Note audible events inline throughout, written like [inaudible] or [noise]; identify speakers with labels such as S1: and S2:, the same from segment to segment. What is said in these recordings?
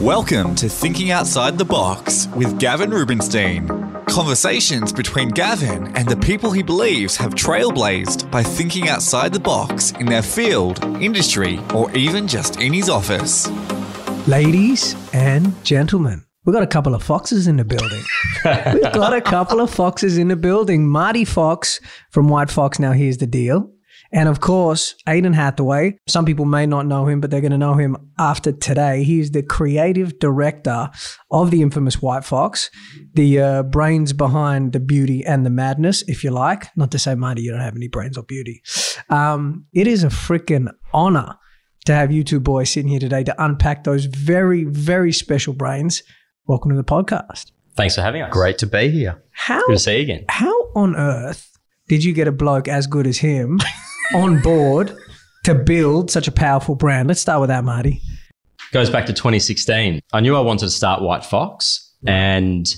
S1: Welcome to Thinking Outside the Box with Gavin Rubinstein. Conversations between Gavin and the people he believes have trailblazed by thinking outside the box in their field, industry, or even just in his office.
S2: Ladies and gentlemen, we've got a couple of foxes in the building. we've got a couple of foxes in the building. Marty Fox from White Fox now here's the deal. And of course, Aidan Hathaway. Some people may not know him, but they're going to know him after today. He's the creative director of the infamous White Fox, the uh, brains behind the beauty and the madness, if you like. Not to say, Marty, you don't have any brains or beauty. Um, it is a freaking honor to have you two boys sitting here today to unpack those very, very special brains. Welcome to the podcast.
S3: Thanks for having us.
S4: Great to be here.
S2: How
S3: Good to see you again.
S2: how on earth did you get a bloke as good as
S3: [laughs]
S2: him on board to build such a powerful brand? Let's start with that, Marty.
S3: Goes back to 2016. I knew I wanted to start White Fox, and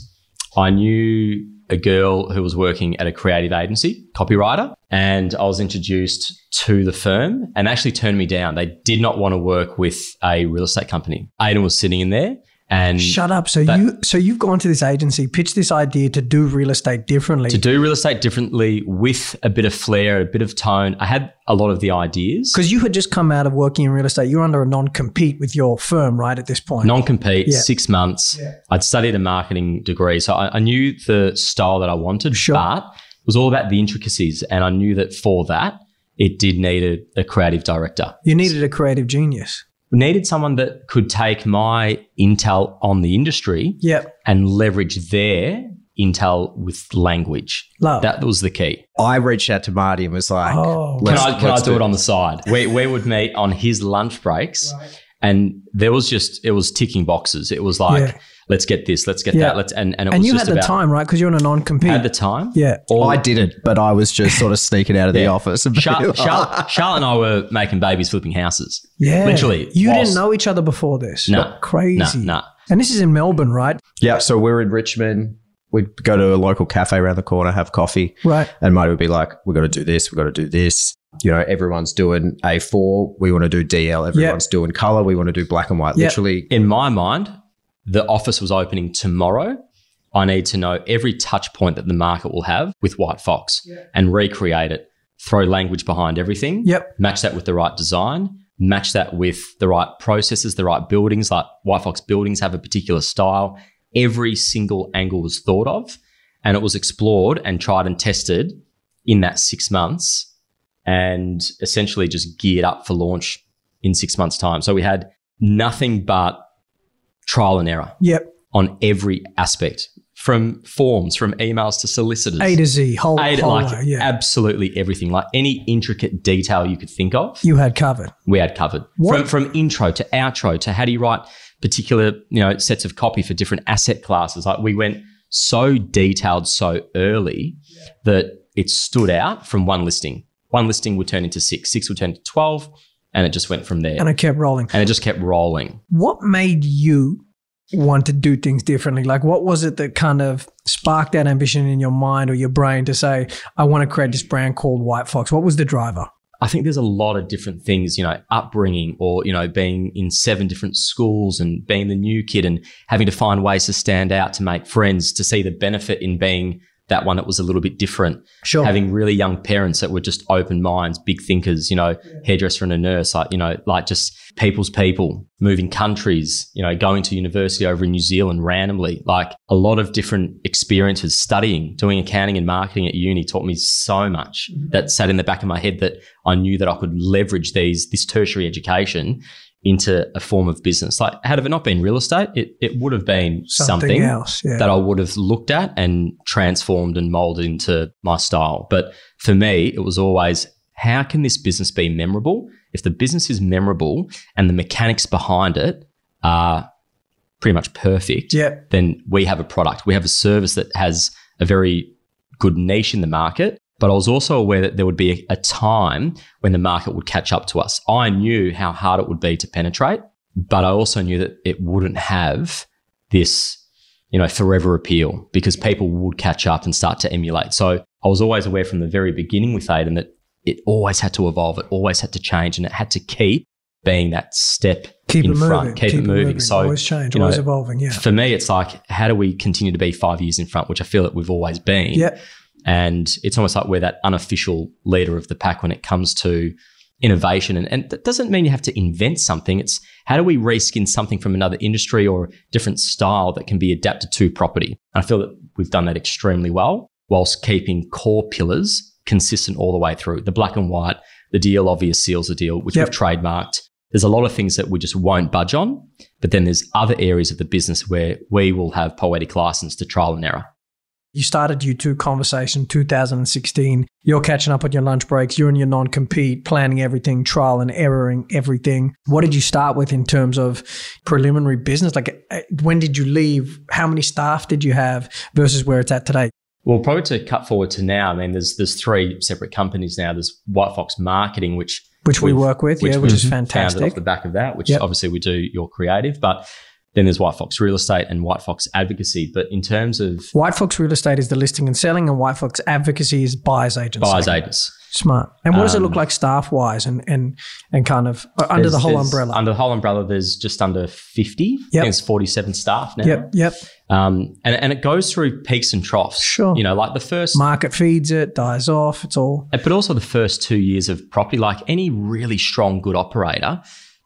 S3: I knew a girl who was working at a creative agency, copywriter, and I was introduced to the firm and actually turned me down. They did not want to work with a real estate company. Aiden was sitting in there and
S2: Shut up. So you so you've gone to this agency, pitched this idea to do real estate differently.
S3: to do real estate differently with a bit of flair, a bit of tone. I had a lot of the ideas.
S2: because you had just come out of working in real estate, you're under a non-compete with your firm, right? At this point,
S3: Non compete, six months. I'd studied a marketing degree. So I, I knew the style that I wanted,
S2: Sure.
S3: but it was all about the intricacies. And I knew that for that, it did need a, a creative director.
S2: you needed a creative genius.
S3: Needed someone that could take my intel on the industry
S2: Yep,
S3: and leverage their intel with language.
S2: love.
S3: That was the key.
S4: I reached out to Marty and was like,
S2: oh,
S4: Let's-
S3: can I, can I
S4: let's
S3: do it
S4: do it.
S3: on the side? We, we would meet on his lunch breaks. And there was just, it was ticking boxes. It was like,
S2: Yeah.
S3: let's get this, let's get
S2: Yeah.
S3: that. Let's, and, and it
S2: and
S3: was
S2: you
S3: just
S2: had the
S3: about,
S2: time, right? Because you're on a non-compete.
S3: at the time.
S2: yeah,
S3: All,
S4: I didn't, but I was just sort of sneaking out of the
S3: Yeah.
S4: office. And
S3: [laughs] Charlotte, Charlotte, and I were making babies flipping houses.
S2: yeah.
S3: Literally,
S2: you
S3: whilst-
S2: didn't know each other before this.
S3: No.
S2: crazy.
S3: Nah, nah.
S2: And this is in Melbourne, right?
S4: yeah, so we were in Richmond. We'd go to a local cafe around the corner, have coffee,
S2: Right.
S4: and Marty would be like, we got to do this, we got to do this. You know, everyone's doing A4. We want to do DL. Everyone's doing color. We want to do black and white.
S2: Yeah.
S4: Literally,
S3: In my mind, the office was opening tomorrow. I need to know every touch point that the market will have with White Fox and recreate it. Throw language behind everything.
S2: Yep.
S3: Match that with the right design. Match that with the right processes, the right buildings. Like White Fox buildings have a particular style. Every single angle was thought of, and it was explored and tried and tested in that six months, and essentially just geared up for launch in six months' time. So we had nothing but trial and error
S2: Yep.
S3: on every aspect, from forms, from emails to solicitors.
S2: A to Z, whole,
S3: A to-
S2: whole
S3: like
S2: lot, yeah.
S3: absolutely everything, like any intricate detail you could think of,
S2: you had covered.
S3: we had covered.
S2: What-
S3: From from intro to outro to how do you write particular you know sets of copy for different asset classes. Like we went so detailed so early that it stood out from one listing. One listing would turn into six, six would turn into twelve, and it just went from there.
S2: And it kept rolling.
S3: and it just kept rolling.
S2: What made you want to do things differently? Like, what was it that kind of sparked that ambition in your mind or your brain to say, I want to create this brand called White Fox? What was the driver?
S3: I think there's a lot of different things, you know, upbringing or, you know, being in seven different schools and being the new kid and having to find ways to stand out, to make friends, to see the benefit in being that one that was a little bit different.
S2: Sure.
S3: Having really young parents that were just open minds, big thinkers, you know, hairdresser and a nurse, like, you know, like just people's people, moving countries, you know, going to university over in New Zealand randomly, like a lot of different experiences, studying, doing accounting and marketing at uni taught me so much
S2: Mm-hmm.
S3: that sat in the back of my head that I knew that I could leverage these, this tertiary education into a form of business. Like had it not been real estate, it, it would have been
S2: something,
S3: something
S2: else. Yeah.
S3: that I would have looked at and transformed and molded into my style. But for me, it was always how can this business be memorable? If the business is memorable and the mechanics behind it are pretty much perfect,
S2: yep.
S3: then we have a product. We have a service that has a very good niche in the market. But I was also aware that there would be a, a time when the market would catch up to us. I knew how hard it would be to penetrate, but I also knew that it wouldn't have this, you know, forever appeal because people would catch up and start to emulate. So I was always aware from the very beginning with Aiden that it always had to evolve, it always had to change, and it had to keep being that step
S2: Keep
S3: in
S2: it moving.
S3: front, keep, it moving. So
S2: always change,
S3: you know,
S2: always evolving. Yeah.
S3: for me, it's like, how do we continue to be five years in front, which I feel that we've always been.
S2: Yep.
S3: And it's almost like we're that unofficial leader of the pack when it comes to innovation. And, and that doesn't mean you have to invent something. It's how do we reskin something from another industry or a different style that can be adapted to property? And I feel that we've done that extremely well whilst keeping core pillars consistent all the way through. The black and white, the deal obvious seals the deal, which
S2: Yep.
S3: we've trademarked. There's a lot of things that we just won't budge on, but then there's other areas of the business where we will have poetic license to trial and error.
S2: You started you two conversation 2016. You're catching up on your lunch breaks. You're in your non compete, planning everything, trial and erroring everything. What did you start with in terms of preliminary business? Like, uh, when did you leave? How many staff did you have versus where it's at today?
S3: Well, probably to cut forward to now, I mean, there's there's three separate companies now. There's White Fox Marketing, which
S2: Which we
S3: We've-
S2: work with,
S3: which
S2: yeah, which
S3: we
S2: is
S3: founded off
S2: fantastic.
S3: the back of that, which
S2: Yep.
S3: obviously we do your creative, but then there's White Fox Real Estate and White Fox Advocacy. But in terms of
S2: White Fox Real Estate is the listing and selling, and White Fox Advocacy is buyer's agency.
S3: buyers agents,
S2: Smart. And what does it
S3: Um,
S2: look like staff wise and, and, and kind of uh, under
S3: there's-
S2: the whole
S3: there's-
S2: umbrella?
S3: Under the whole umbrella, there's just under 50.
S2: Yep.
S3: I think it's 47 staff now.
S2: yep, yep.
S3: Um, and, and it goes through peaks and troughs.
S2: Sure.
S3: You know, like the first
S2: Market feeds it, dies off, it's all.
S3: but also the first two years of property, like any really strong, good operator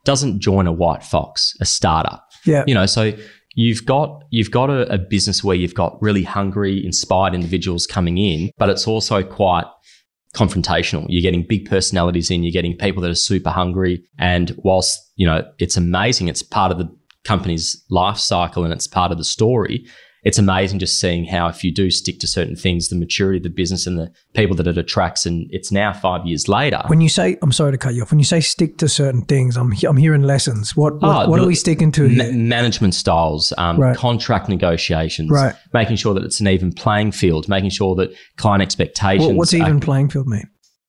S3: doesn't join a white fox, a startup.
S2: Yeah.
S3: You know, so you've got you've got a, a business where you've got really hungry, inspired individuals coming in, but it's also quite confrontational. You're getting big personalities in, you're getting people that are super hungry. And whilst, you know, it's amazing, it's part of the company's life cycle and it's part of the story. It's amazing just seeing how if you do stick to certain things, the maturity of the business and the people that it attracts, and it's now five years later.
S2: When you say, I'm sorry to cut you off. When you say stick to certain things, I'm I'm hearing lessons. What what,
S3: Ah,
S2: what are
S3: the-
S2: we sticking to?
S3: Ma-
S2: here?
S3: management styles, um,
S2: Right.
S3: contract negotiations,
S2: Right.
S3: making sure that it's an even playing field, making sure that client expectations.
S2: What, what's
S3: are-
S2: even playing field mean?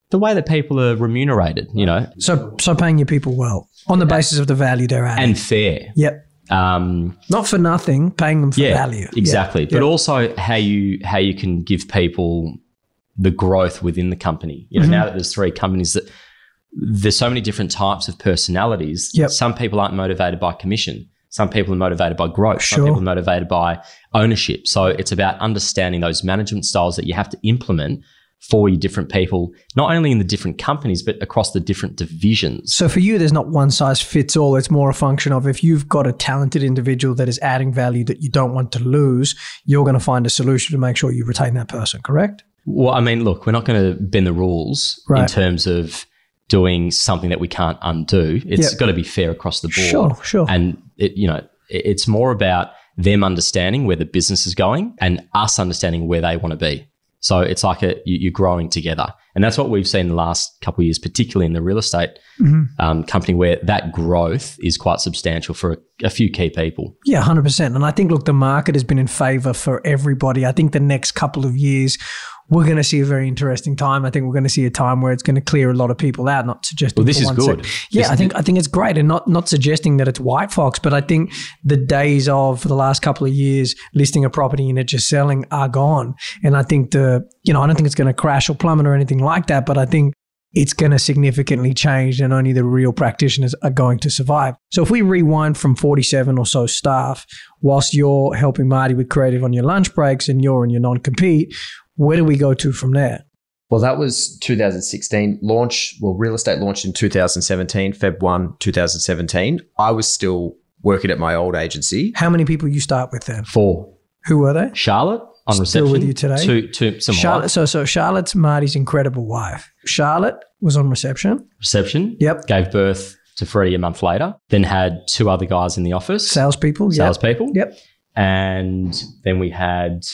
S3: the way that people are remunerated, you know,
S2: So so paying your people well on the basis of the value they're adding.
S3: and fair.
S2: yep,
S3: Um,
S2: not for nothing. Paying them for
S3: yeah,
S2: value. Yeah.
S3: exactly. But
S2: Yeah.
S3: also how you how you can give people the growth within the company. You know,
S2: Mm-hmm.
S3: now that there's three companies that there's so many different types of personalities.
S2: Yep.
S3: Some people aren't motivated by commission. Some people are motivated by growth.
S2: Sure.
S3: Some people are motivated by ownership. So it's about understanding those management styles that you have to implement for your different people, not only in the different companies, but across the different divisions.
S2: So for you, there's not one size fits all. It's more a function of if you've got a talented individual that is adding value that you don't want to lose, you're going to find a solution to make sure you retain that person. Correct?
S3: Well, I mean, look, we're not going to bend the rules in
S2: Right.
S3: terms of doing something that we can't undo. It's
S2: Yeah.
S3: got to be fair across the board.
S2: Sure, sure.
S3: And it, you know, i- it's more about them understanding where the business is going and us understanding where they want to be. So it's like a, you- you're growing together, and that's what we've seen the last couple of years, particularly in the real estate
S2: Mm-hmm.
S3: um, company, where that growth is quite substantial for a, a few key people.
S2: Yeah, 100%. And I think, look, the market has been in favor for everybody. I think the next couple of years, we're going to see a very interesting time. I think we're going to see a time where it's going to clear a lot of people out, not suggesting.
S3: Well, this
S2: for
S3: is
S2: one sec-
S3: good.
S2: Yeah,
S3: This-
S2: I think I think it's great and not not suggesting that it's white fox, but I think the days of for the last couple of years listing a property and it just selling are gone. And I think the, you know, I don't think it's going to crash or plummet or anything like that, but I think it's going to significantly change and only the real practitioners are going to survive. So if we rewind from 47 or so staff, whilst you're helping Marty with creative on your lunch breaks and you're in your non-compete, where do we go to from there?
S4: Well, that was 2016 launch. Well, real estate launched in 2017, Feb 1, 2017. I was still working at my old agency.
S2: How many people you start with then?
S3: For
S2: Who were they?
S3: Charlotte on
S2: Still
S3: reception
S2: with you today?
S3: to to some
S2: Charlotte, so so Charlotte's Marty's incredible wife. Charlotte was on reception.
S3: reception.
S2: Yep.
S3: Gave birth to Freddie a month later. Then had two other guys in the office,
S2: Salespeople. Yep.
S3: salespeople.
S2: Yep.
S3: And then we had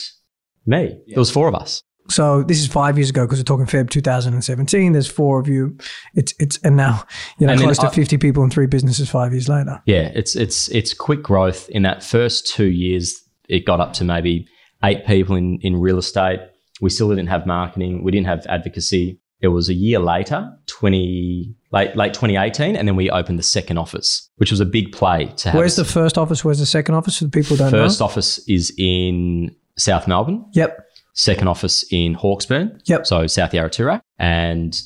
S3: me. There was four of us.
S2: So this is five years ago because we're talking Feb 2017. There's four of you. It's it's and now you know
S3: And then
S2: close to
S3: I-
S2: 50 people in three businesses five years later.
S3: Yeah, it's it's it's quick growth. In that first two years, it got up to maybe eight people in in real estate. We still didn't have marketing. We didn't have advocacy. It was a year later, twenty late late twenty eighteen, and then we opened the second office, which was a big play to have.
S2: Where's the first office? Where's the second office? For the people who don't
S3: first
S2: know.
S3: office is in South Melbourne.
S2: Yep.
S3: second office in Hawkesburn.
S2: Yep.
S3: So South Yarratura. And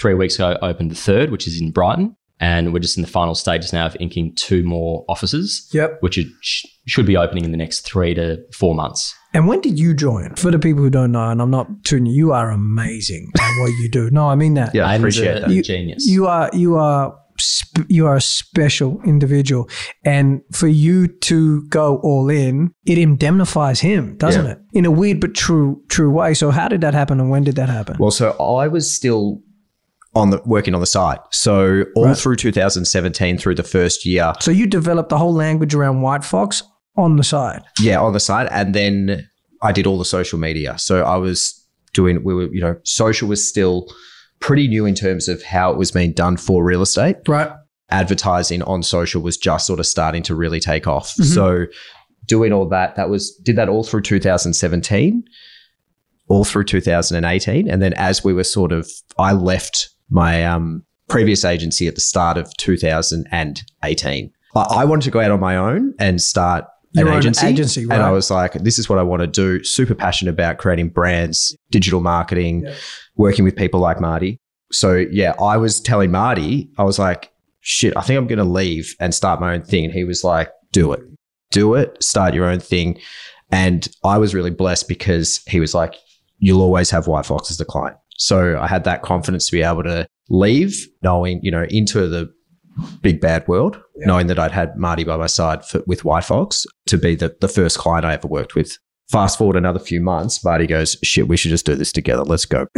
S3: three weeks ago, opened the third, which is in Brighton. And we're just in the final stages now of inking two more offices,
S2: Yep.
S3: which it sh- should be opening in the next three to four months.
S2: And when did you join? For the people who don't know, and I'm not too new, you are amazing at
S3: [laughs]
S2: what you do. No, I mean that.
S4: Yeah, I
S3: Aidan's a-
S4: appreciate that.
S3: a
S2: You-
S3: genius. [laughs]
S2: You are you are sp- you are a special individual, and for you to go all in, it indemnifies him, doesn't
S4: Yeah.
S2: it? In a weird but true true way. So how did that happen, and when did that happen?
S4: Well, so I was still on the working on the site. So all
S2: Right.
S4: through 2017, through the first year,
S2: so you developed the whole language around White Fox on the side.
S4: yeah, on the site, and then I did all the social media. So I was doing, we were, you know, social was still pretty new in terms of how it was being done for real estate.
S2: Right.
S4: advertising on social was just sort of starting to really take off.
S2: Mhm.
S4: So doing all that, that was did that all through 2017, all through 2018, and then as we were sort of, I left my um, previous agency at the start of 2018. I, I wanted to go out on my own and start.
S2: Your
S4: an
S2: own
S4: agency,
S2: agency,
S4: and I
S2: right.
S4: was like, "This is what I want to do." Super passionate about creating brands, digital marketing, working with people like Marty. So yeah, I was telling Marty, I was like, shit, I think I'm going to leave and start my own thing. And he was like, do it, do it, start your own thing. And I was really blessed because he was like, you'll always have White Fox as the client. So I had that confidence to be able to leave knowing, you know, into the big bad world, knowing that I'd had Marty by my side for, with White Fox to be the, the first client I ever worked with. Fast forward another few months, Marty goes, shit, we should just do this together. Let's go.
S3: [laughs]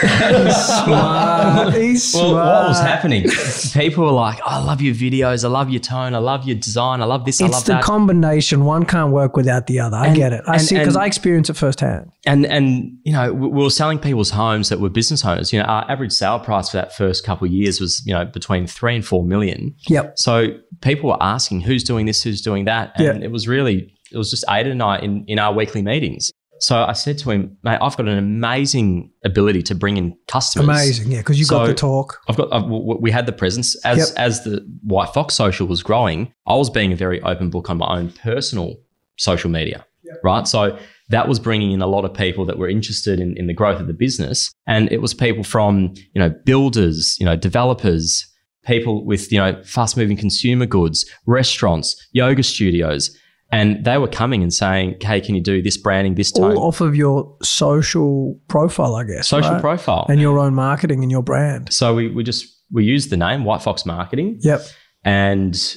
S2: Smart. He's
S3: [laughs] Well, what was
S2: smart.
S3: happening? People were like, "Oh, "I love your videos. I love your tone. I love your design. I love this. I
S2: It's
S3: love
S2: the
S3: that."
S2: combination. One can't work without the other. I
S3: And-
S2: get it. I
S3: and-
S2: see because
S3: and-
S2: I experience it firsthand.
S3: and and you know, we we were selling people's homes that were business owners. You know, our average sale price for that first couple of years was you know between three and four million.
S2: Yep.
S3: So people were asking, "Who's doing this? Who's doing that?" And
S2: Yeah.
S3: it was really it was just Ada and I in in our weekly meetings. So I said to him, "Mate, I've got an amazing ability to bring in customers.
S2: Amazing. Yeah, because you got
S3: So-
S2: the talk.
S3: I've got. I've, w- w- we had the presence as
S2: Yep.
S3: as the White Fox social was growing. I was being a very open book on my own personal social media, right? So that was bringing in a lot of people that were interested in, in the growth of the business, and it was people from you know builders, you know developers, people with you know fast moving consumer goods, restaurants, yoga studios, and they were coming and saying, "Hey, can you do this branding, this tone,
S2: all off of your social profile, I guess.
S3: social
S2: right?
S3: profile?"
S2: and your own marketing and your brand.
S3: so we we just we used the name White Fox Marketing.
S2: Yep.
S3: and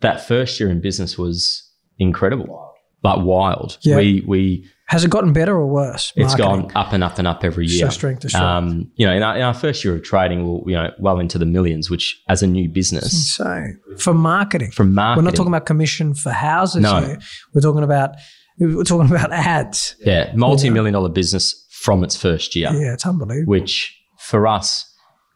S3: that first year in business was incredible like wild
S2: Yeah.
S3: we we
S2: Has it gotten better or worse?
S3: it's
S2: marketing?
S3: gone up and up and up every
S2: So
S3: year
S2: strength to strength.
S3: um you know in our, in our first year of trading we'll you know well into the millions which as a new business
S2: Insane. For marketing.
S3: from marketing
S2: Hmm. We're not talking about commission for houses
S3: No.
S2: here. We're talking about we're talking about ads.
S3: yeah multi-million dollar business from its first year
S2: Yeah, it's unbelievable.
S3: which for us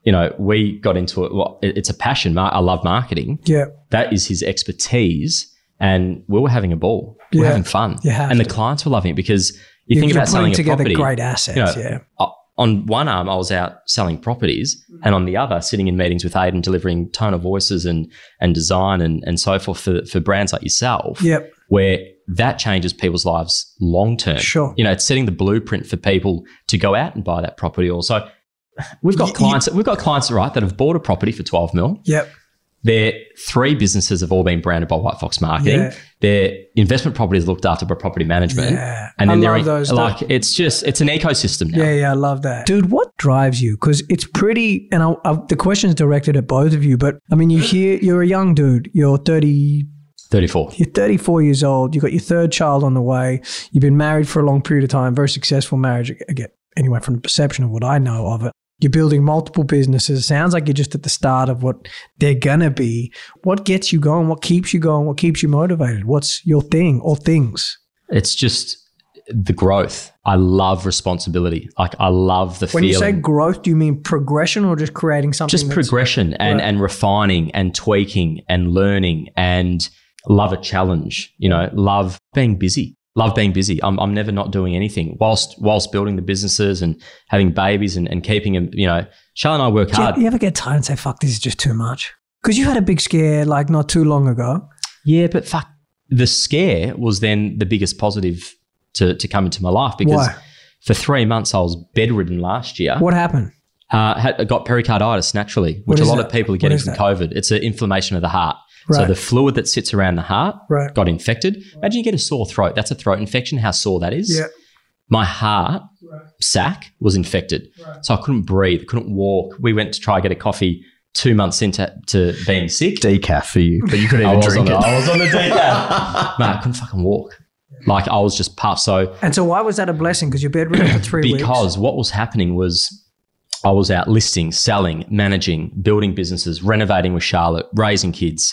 S3: you know we got into it well it- it's a passion Mar- i love marketing
S2: Yeah.
S3: that is his expertise and we were having a ball we
S2: Yeah.
S3: we're having fun
S2: You have
S3: and the clients were loving it because you think
S2: You're
S3: about selling
S2: putting
S3: a
S2: together
S3: property
S2: great assets.
S3: you know,
S2: yeah.
S3: uh, on one arm i was out selling properties and on the other sitting in meetings with aiden delivering tone of voices and and design and and so forth for, for brands like yourself
S2: Yep.
S3: where that changes people's lives long term
S2: Sure.
S3: you know it's setting the blueprint for people to go out and buy that property also we've got clients we've got clients right that have bought a property for 12 mil
S2: Yep.
S3: their three businesses have all been branded by White Fox Marketing.
S2: Yeah.
S3: Their investment property is looked after by property management.
S2: Yeah.
S3: And
S2: I
S3: then they're
S2: love those, though.
S3: like, it's just, it's an ecosystem now.
S2: Yeah, yeah, I love that. Dude, what drives you? Because it's pretty, and I, I, the question's directed at both of you, but I mean, you hear, you're a young dude, you're 30,
S3: 34.
S2: You're 34 years old. You've got your third child on the way. You've been married for a long period of time, very successful marriage. Again, anyway, from the perception of what I know of it, you're building multiple businesses. Sounds like you're just at the start of what they're going to be. What gets you going? What keeps you going? What keeps you motivated? What's your thing or things?
S3: It's just the growth. I love responsibility. Like, I love the
S2: When you say
S3: feeling.
S2: growth, do you mean progression or just creating something?
S3: just
S2: that's-
S3: progression and,
S2: Right.
S3: and refining and tweaking and learning and love a challenge, you know, love being busy. Love being busy. I'm, I'm never not doing anything whilst whilst building the businesses and having babies and, and keeping them, you know. Charlotte and I work
S2: Do you-
S3: hard.
S2: you ever get tired and say, fuck, this is just too much? Because you had a big scare like not too long ago.
S3: Yeah, but fuck, the scare was then the biggest positive to, to come into my life because
S2: Why?
S3: for three months I was bedridden last year.
S2: What happened?
S3: Uh, had, got pericarditis naturally,
S2: What
S3: which a
S2: is
S3: lot
S2: that?
S3: of people are
S2: What
S3: getting
S2: is
S3: from
S2: that?
S3: COVID. It's an inflammation of the heart. So
S2: Right.
S3: the fluid that sits around the heart
S2: Right.
S3: got infected. Imagine you get a sore throat. That's a throat infection. How sore that is.
S2: Yeah.
S3: My heart sac was infected, so I couldn't breathe. Couldn't walk. We went to try and get a coffee. Two months into to being sick,
S4: Decaf for you, but you couldn't
S3: I
S4: even
S3: was, on
S4: drink
S3: the,
S4: it.
S3: I was
S4: [laughs]
S3: on the decaf. Mate, I couldn't fucking walk. Like I was just puffed. So
S2: And so why was that a blessing? Because you're bedridden for three weeks.
S3: because what was happening was I was out listing, selling, managing, building businesses, renovating with Charlotte, raising kids,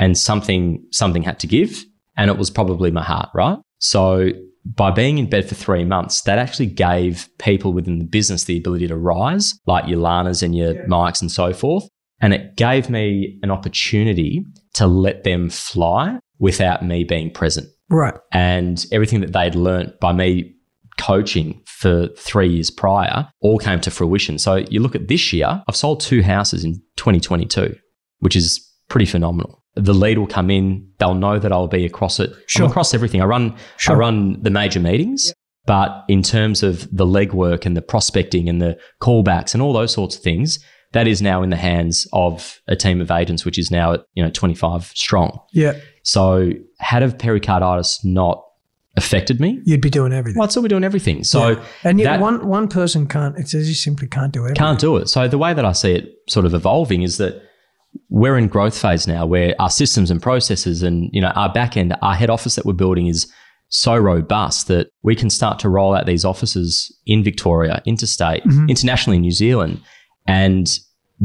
S3: and something something had to give, and it was probably my heart, right? So by being in bed for three months, that actually gave people within the business the ability to rise, like your Lanas and your Mikes and so forth. And it gave me an opportunity to let them fly without me being present
S2: right,
S3: and everything that they'd learnt by me coaching for three years prior all came to fruition. So you look at this year, I've sold two houses in 2022, which is pretty phenomenal. The lead will come in, they'll know that I'll be across it.
S2: Sure.
S3: I'm across everything. I run
S2: Sure.
S3: I run the major meetings, but in terms of the legwork and the prospecting and the callbacks and all those sorts of things, that is now in the hands of a team of agents, which is now at you know 25 strong.
S2: yeah,
S3: So, had of pericarditis not affected me,
S2: you'd be doing everything.
S3: well, it's still doing everything. So,
S2: Yeah. and yet
S3: that-
S2: one one person can't. It says you simply can't do everything.
S3: can't do it. So, the way that I see it sort of evolving is that we're in growth phase now where our systems and processes and you know our back end our head office that we're building is so robust that we can start to roll out these offices in Victoria interstate
S2: Mm-hmm.
S3: internationally in New Zealand and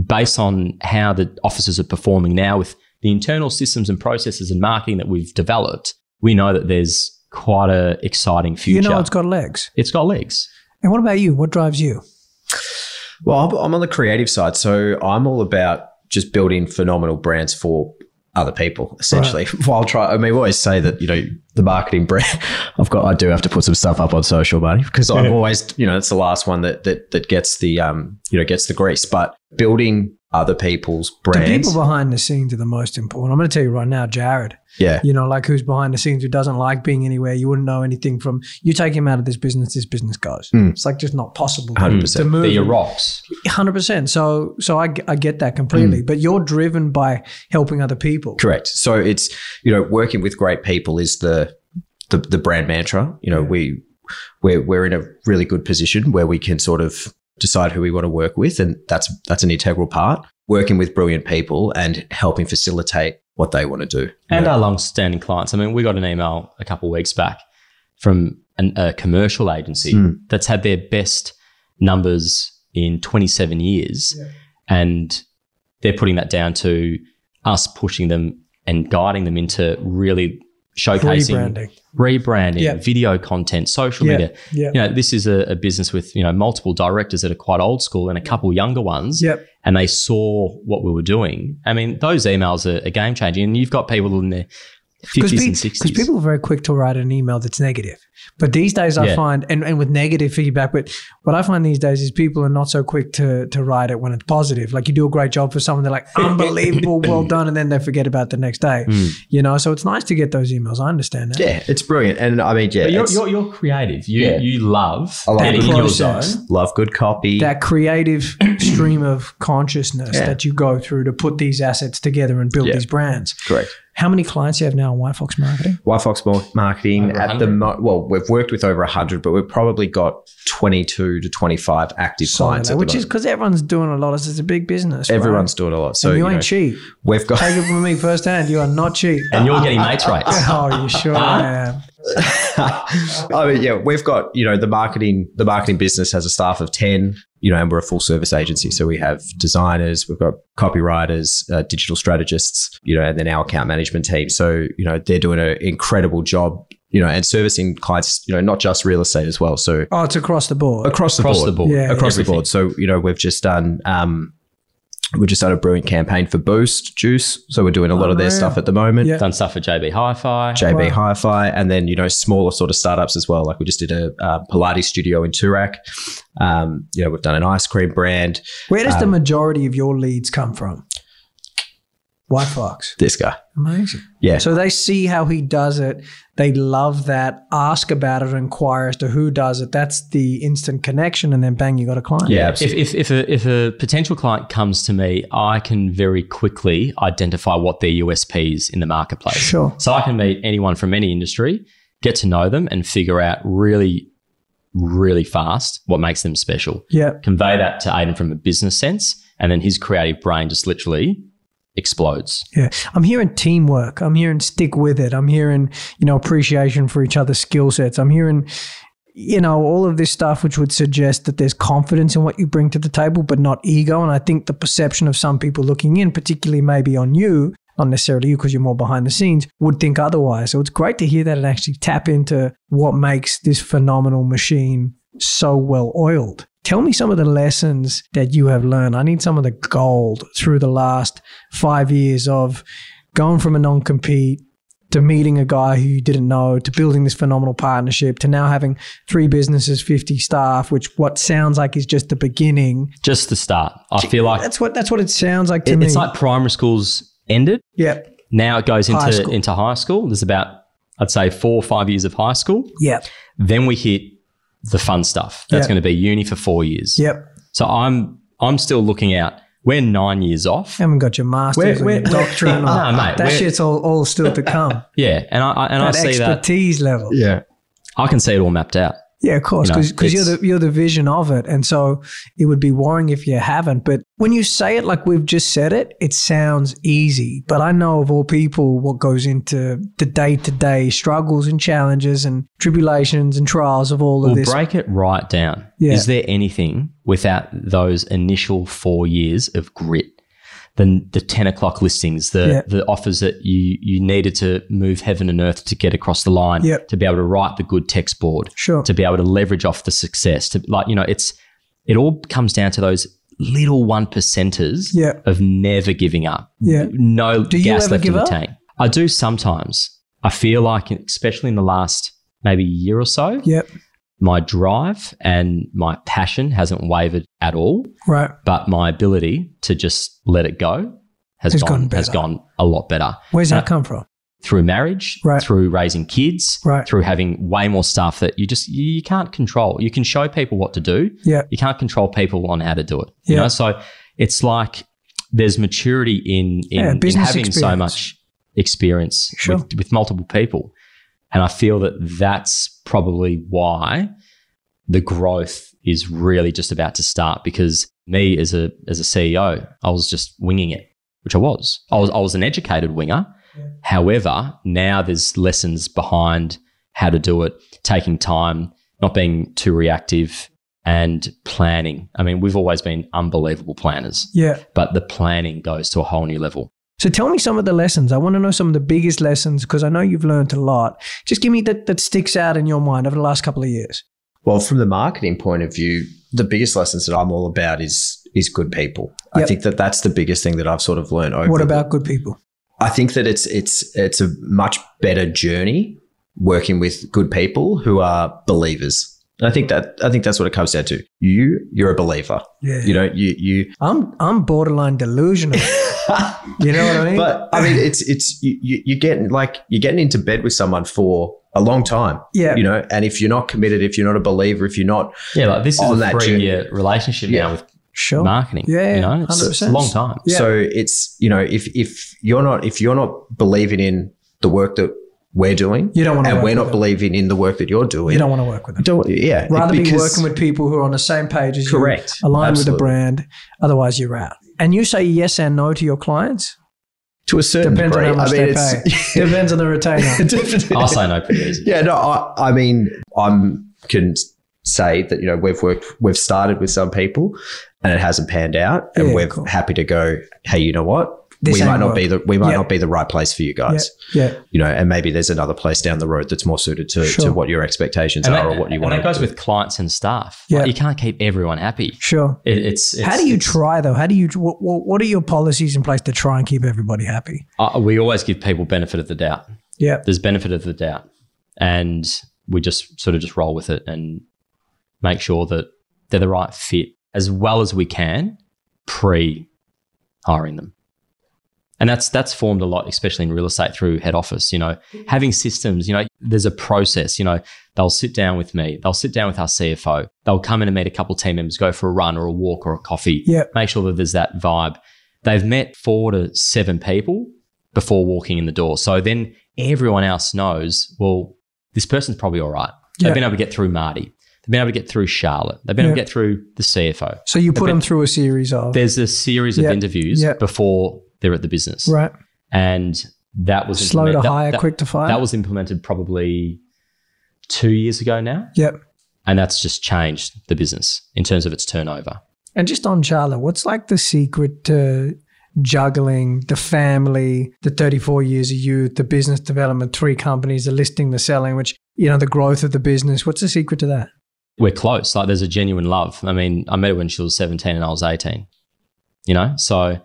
S3: based on how the offices are performing now with the internal systems and processes and marketing that we've developed we know that there's quite a exciting future
S2: You know it's got legs.
S3: it's got legs
S2: And what about you? What drives you?
S4: Well, I'm- I'm on the creative side, so I'm all about just building phenomenal brands for other people, essentially. [laughs] While try, I mean, we always say that you know the marketing brand. [laughs] I've got, I do have to put some stuff up on social, buddy, because I'm always, you know, it's the last one that that that gets the um, you know, gets the grease. But building other people's
S2: The
S4: brands,
S2: people behind the scenes are the most important. I'm going to tell you right now, Jared.
S4: yeah,
S2: You know, like who's behind the scenes, who doesn't like being anywhere. You wouldn't know anything from. You take him out of this business, this business goes. It's like just not possible
S4: hundred
S2: to
S4: percent.
S2: move.
S3: Hmm. they're your rocks
S2: Hundred percent. So, so I, I get that completely. But you're driven by helping other people.
S4: Correct. So it's you know working with great people is the the, the brand mantra. You know we we're we're in a really good position where we can sort of decide who we want to work with, and that's that's an integral part. Working with brilliant people and helping facilitate what they want to do.
S3: and our long-standing clients. I mean, we got an email a couple of weeks back from an, a commercial agency
S2: Hmm.
S3: that's had their best numbers in 27 years, and they're putting that down to us pushing them and guiding them into really showcasing
S2: Rebranding.
S3: rebranding,
S2: Yeah.
S3: video content, social
S2: Yeah.
S3: media.
S2: Yeah.
S3: You know, this is a, a business with you know multiple directors that are quite old school and a couple younger ones
S2: Yep.
S3: and they saw what we were doing. I mean, those emails are, are game changing, and you've got people in their
S2: Because
S3: fifties and sixties.
S2: people are very quick to write an email that's negative. But these days, I
S3: Yeah.
S2: find, and, and with negative feedback, but what I find these days is people are not so quick to to write it when it's positive. Like you do a great job for someone, they're like, unbelievable, well done. And then they forget about it the next day. You know, so it's nice to get those emails. I understand that.
S4: Yeah, it's brilliant. And I mean, yeah,
S3: uh, but you're,
S4: it's-
S3: you're, you're creative. You
S4: Yeah.
S3: you love
S4: I like
S3: getting
S4: the
S3: in your
S2: process.
S3: zone.
S4: love good copy.
S2: That creative stream of consciousness
S4: Yeah.
S2: that you go through to put these assets together and build
S4: Yeah.
S2: these brands.
S4: Correct.
S2: How many clients do you have now on White Fox Marketing?
S4: White Fox Mar- Marketing
S3: Over
S4: at the
S3: 100?
S4: mo- well, we've worked with over hundred, but we've probably got twenty-two to twenty-five active clients. at the
S2: which is
S4: moment.
S2: because everyone's doing a lot. It's it's a big business. right?
S4: everyone's doing a lot. So
S2: and you,
S4: you
S2: ain't
S4: know,
S2: cheap.
S4: we've
S2: [laughs]
S4: got [laughs]
S2: Take it from me firsthand. You are not cheap.
S3: And you're getting mates rates.
S2: oh, you sure
S4: Uh-huh.
S2: am.
S4: I mean, Oh, yeah, we've got you know the marketing. The marketing business has a staff of ten, you know, and we're a full service agency, so we have designers, we've got copywriters, uh, digital strategists, you know, and then our account management team. So you know they're doing an incredible job, you know, and servicing clients, you know, not just real estate as well. So
S2: Oh, it's across the board.
S4: across the
S3: Across
S4: board,
S3: the board.
S2: Yeah,
S4: across
S3: Everything.
S4: the board. So you know we've just done. Um, We've just done a brilliant campaign for Boost Juice. So we're doing a lot of their
S2: Unreal.
S4: stuff at the moment.
S2: Yeah.
S3: Done stuff for JB Hi-Fi.
S4: JB
S2: Wow.
S4: Hi-Fi, and then you know smaller sort of startups as well. Like we just did a uh, Pilates studio in Turak. Um, you know, we've done an ice cream brand.
S2: Where does the majority of your leads come from? White Fox.
S4: This guy.
S2: Amazing.
S4: Yeah.
S2: So they see how he does it. They love that. Ask about it, inquire as to who does it. That's the instant connection, and then bang, you got a client.
S4: Yeah,
S3: If,
S4: absolutely.
S3: if, if, a, if a potential client comes to me, I can very quickly identify what their USPs in the marketplace.
S2: Sure.
S3: So I can meet anyone from any industry, get to know them, and figure out really, really fast what makes them special.
S2: Yeah.
S3: Convey that to Aiden from a business sense, and then his creative brain just literally explodes.
S2: Yeah. I'm hearing teamwork. I'm hearing stick with it. I'm hearing, you know, appreciation for each other's skill sets. I'm hearing, you know, all of this stuff which would suggest that there's confidence in what you bring to the table, but not ego. And I think the perception of some people looking in, particularly maybe on you, not necessarily you because you're more behind the scenes, would think otherwise. So it's great to hear that and actually tap into what makes this phenomenal machine so well oiled. Tell me some of the lessons that you have learned. I need some of the gold through the last five years of going from a non compete to meeting a guy who you didn't know to building this phenomenal partnership to now having three businesses, 50 staff, which what sounds like is just the beginning.
S3: Just the start. I feel like
S2: That's what that's what it sounds like to
S3: it-
S2: me.
S3: it's like primary school's ended.
S2: yep.
S3: Now it goes into
S2: High school.
S3: into high school. There's about I'd say four or five years of high school.
S2: Yep.
S3: Then we hit the fun stuff. That's
S2: Yeah.
S3: going to be uni for four years.
S2: Yep.
S3: So I'm I'm still looking out. We're nine years off.
S2: haven't got your master's
S3: We're-
S2: or
S3: we're-
S2: your doctorate.
S3: [laughs] No,
S2: or-
S3: mate,
S2: that
S3: we're-
S2: shit's all, all still to come.
S3: Yeah, and I, I and [laughs] I
S2: That
S3: see that.
S2: expertise level.
S4: yeah.
S3: I can see it all mapped out.
S2: Yeah, of course,
S3: You know,
S2: because you are
S3: it's-
S2: the you're the vision of it, and so it would be worrying if you haven't. But when you say it like we've just said it, it sounds easy. But I know of all people what goes into the day to day struggles and challenges and tribulations and trials of all of
S3: We'll
S2: this.
S3: break it right down.
S2: Yeah.
S3: Is there anything without those initial four years of grit? The, the 10 o'clock listings, the,
S2: Yeah.
S3: the offers that you, you needed to move heaven and earth to get across the line,
S2: Yep.
S3: to be able to write the good text board,
S2: Sure.
S3: to be able to leverage off the success. To like, you know, it's it all comes down to those little one percenters
S2: Yeah.
S3: of never giving up.
S2: Yeah.
S3: No
S2: you
S3: gas
S2: ever
S3: left
S2: give
S3: in the
S2: up?
S3: tank. I do sometimes. I feel like, especially in the last maybe year or so,
S2: Yep.
S3: my drive and my passion hasn't wavered at all,
S2: Right.
S3: but my ability to just let it go has
S2: Has
S3: gone,
S2: gotten
S3: has
S2: better.
S3: gone a lot better
S2: Where's
S3: Uh,
S2: that come from?
S3: through marriage,
S2: Right.
S3: through raising kids,
S2: Right.
S3: through having way more stuff that you just you, you can't control. You can show people what to do.
S2: Yeah.
S3: You can't control people on how to do it. You
S2: Yeah.
S3: know, so it's like there's maturity in in,
S2: Yeah,
S3: in
S2: business
S3: having so
S2: experience.
S3: much experience
S2: Sure.
S3: with, with multiple people, and I feel that that's probably why the growth is really just about to start because me as a as a CEO, I was just winging it, which I was. I was I was an educated winger. However, now there's lessons behind how to do it, taking time, not being too reactive and planning. I mean, we've always been unbelievable planners,
S2: Yeah.
S3: but the planning goes to a whole new level.
S2: So tell me some of the lessons. I want to know some of the biggest lessons because I know you've learned a lot. Just give me that that sticks out in your mind over the last couple of years.
S4: Well, from the marketing point of view, the biggest lessons that I'm all about is is good people. I
S2: Yep.
S4: think that that's the biggest thing that I've sort of learned over.
S2: What
S4: the-
S2: about good people?
S4: I think that it's it's it's a much better journey working with good people who are believers. And I think that I think that's what it comes down to. You you're a believer.
S2: Yeah.
S4: You know, you you
S2: I'm I'm borderline
S4: [laughs]
S2: delusional. you know what I mean?
S4: But
S2: [laughs]
S4: I mean it's it's you, you you're getting like you're getting into bed with someone for a long time.
S2: Yeah.
S4: You know, and if you're not committed, if you're not a believer, if you're not
S3: Yeah, like this is
S4: On
S3: a
S4: that
S3: three
S4: journey.
S3: year relationship
S4: Yeah.
S3: now with
S2: sure.
S3: marketing.
S2: Yeah,
S3: you know, it's, it's a
S2: 100%.
S3: long time.
S2: Yeah.
S4: So it's you know if if you're not if you're not believing in the work that we're doing,
S2: You don't want to
S4: and
S2: work
S4: we're
S2: with
S4: not
S2: them.
S4: believing in the work that you're doing.
S2: You don't want to work with them.
S4: don't yeah.
S2: Rather be
S4: because-
S2: working with people who are on the same page as
S4: correct
S2: you, aligned with the
S4: Absolutely.
S2: brand. Otherwise, you're out. And you say yes and no to your clients.
S4: to a certain
S2: Depends on
S4: degree.
S2: how much
S4: I mean,
S2: they
S4: it's [laughs]
S2: pay. Depends on the retainer.
S4: Definitely.
S3: I'll say no pretty easy.
S4: yeah. No, I, I mean I'm can say that you know we've worked we've started with some people and it hasn't panned out and
S2: Yeah,
S4: we're
S2: cool.
S4: happy to go. Hey, you know what?
S2: This
S4: we might
S2: ain't
S4: not
S2: work.
S4: be the we might
S2: Yeah.
S4: not be the right place for you
S2: Yeah,
S4: guys.
S2: yeah,
S4: You know, and maybe there's another place down the road that's more suited to,
S2: Sure.
S4: to what your expectations
S3: And
S4: are
S3: that-
S4: or what you
S3: and
S4: want.
S3: that
S4: to
S3: goes
S4: do.
S3: with clients and staff.
S2: Yeah.
S3: Like, you can't keep everyone happy.
S2: sure.
S3: It, it's, it's
S2: How do you
S3: it's-
S2: try though? How do you what, what what are your policies in place to try and keep everybody happy?
S3: uh, we always give people benefit of the doubt.
S2: Yeah,
S3: There's benefit of the doubt, and we just sort of just roll with it and make sure that they're the right fit as well as we can pre hiring them. And that's that's formed a lot, especially in real estate through head office. You know, having systems. You know, there's a process. You know, they'll sit down with me. They'll sit down with our CFO. They'll come in and meet a couple of team members, go for a run or a walk or a coffee.
S2: Yep.
S3: Make sure that there's that vibe. They've met four to seven people before walking in the door. So then everyone else knows. Well, this person's probably all right.
S2: Yeah.
S3: They've been able to get through Marty. They've been able to get through Charlotte. They've been able to get through the CFO.
S2: So you put
S3: bit-
S2: them through a series of
S3: There's a series
S2: Yeah.
S3: of interviews
S2: Yeah.
S3: before they're at the business
S2: right,
S3: and that was
S2: slow to
S3: implement- that-
S2: hire,
S3: that,
S2: quick to fire.
S3: That was implemented probably two years ago now,
S2: yep.
S3: and that's just changed the business in terms of its turnover.
S2: And just on Charlotte, what's like the secret to juggling the family, the 34 years of youth, the business development, three companies, the listing, the selling, which, you know, the growth of the business? What's the secret to that?
S3: We're close. Like there's a genuine love. I mean, I met her when she was 17 and I was 18. You know, so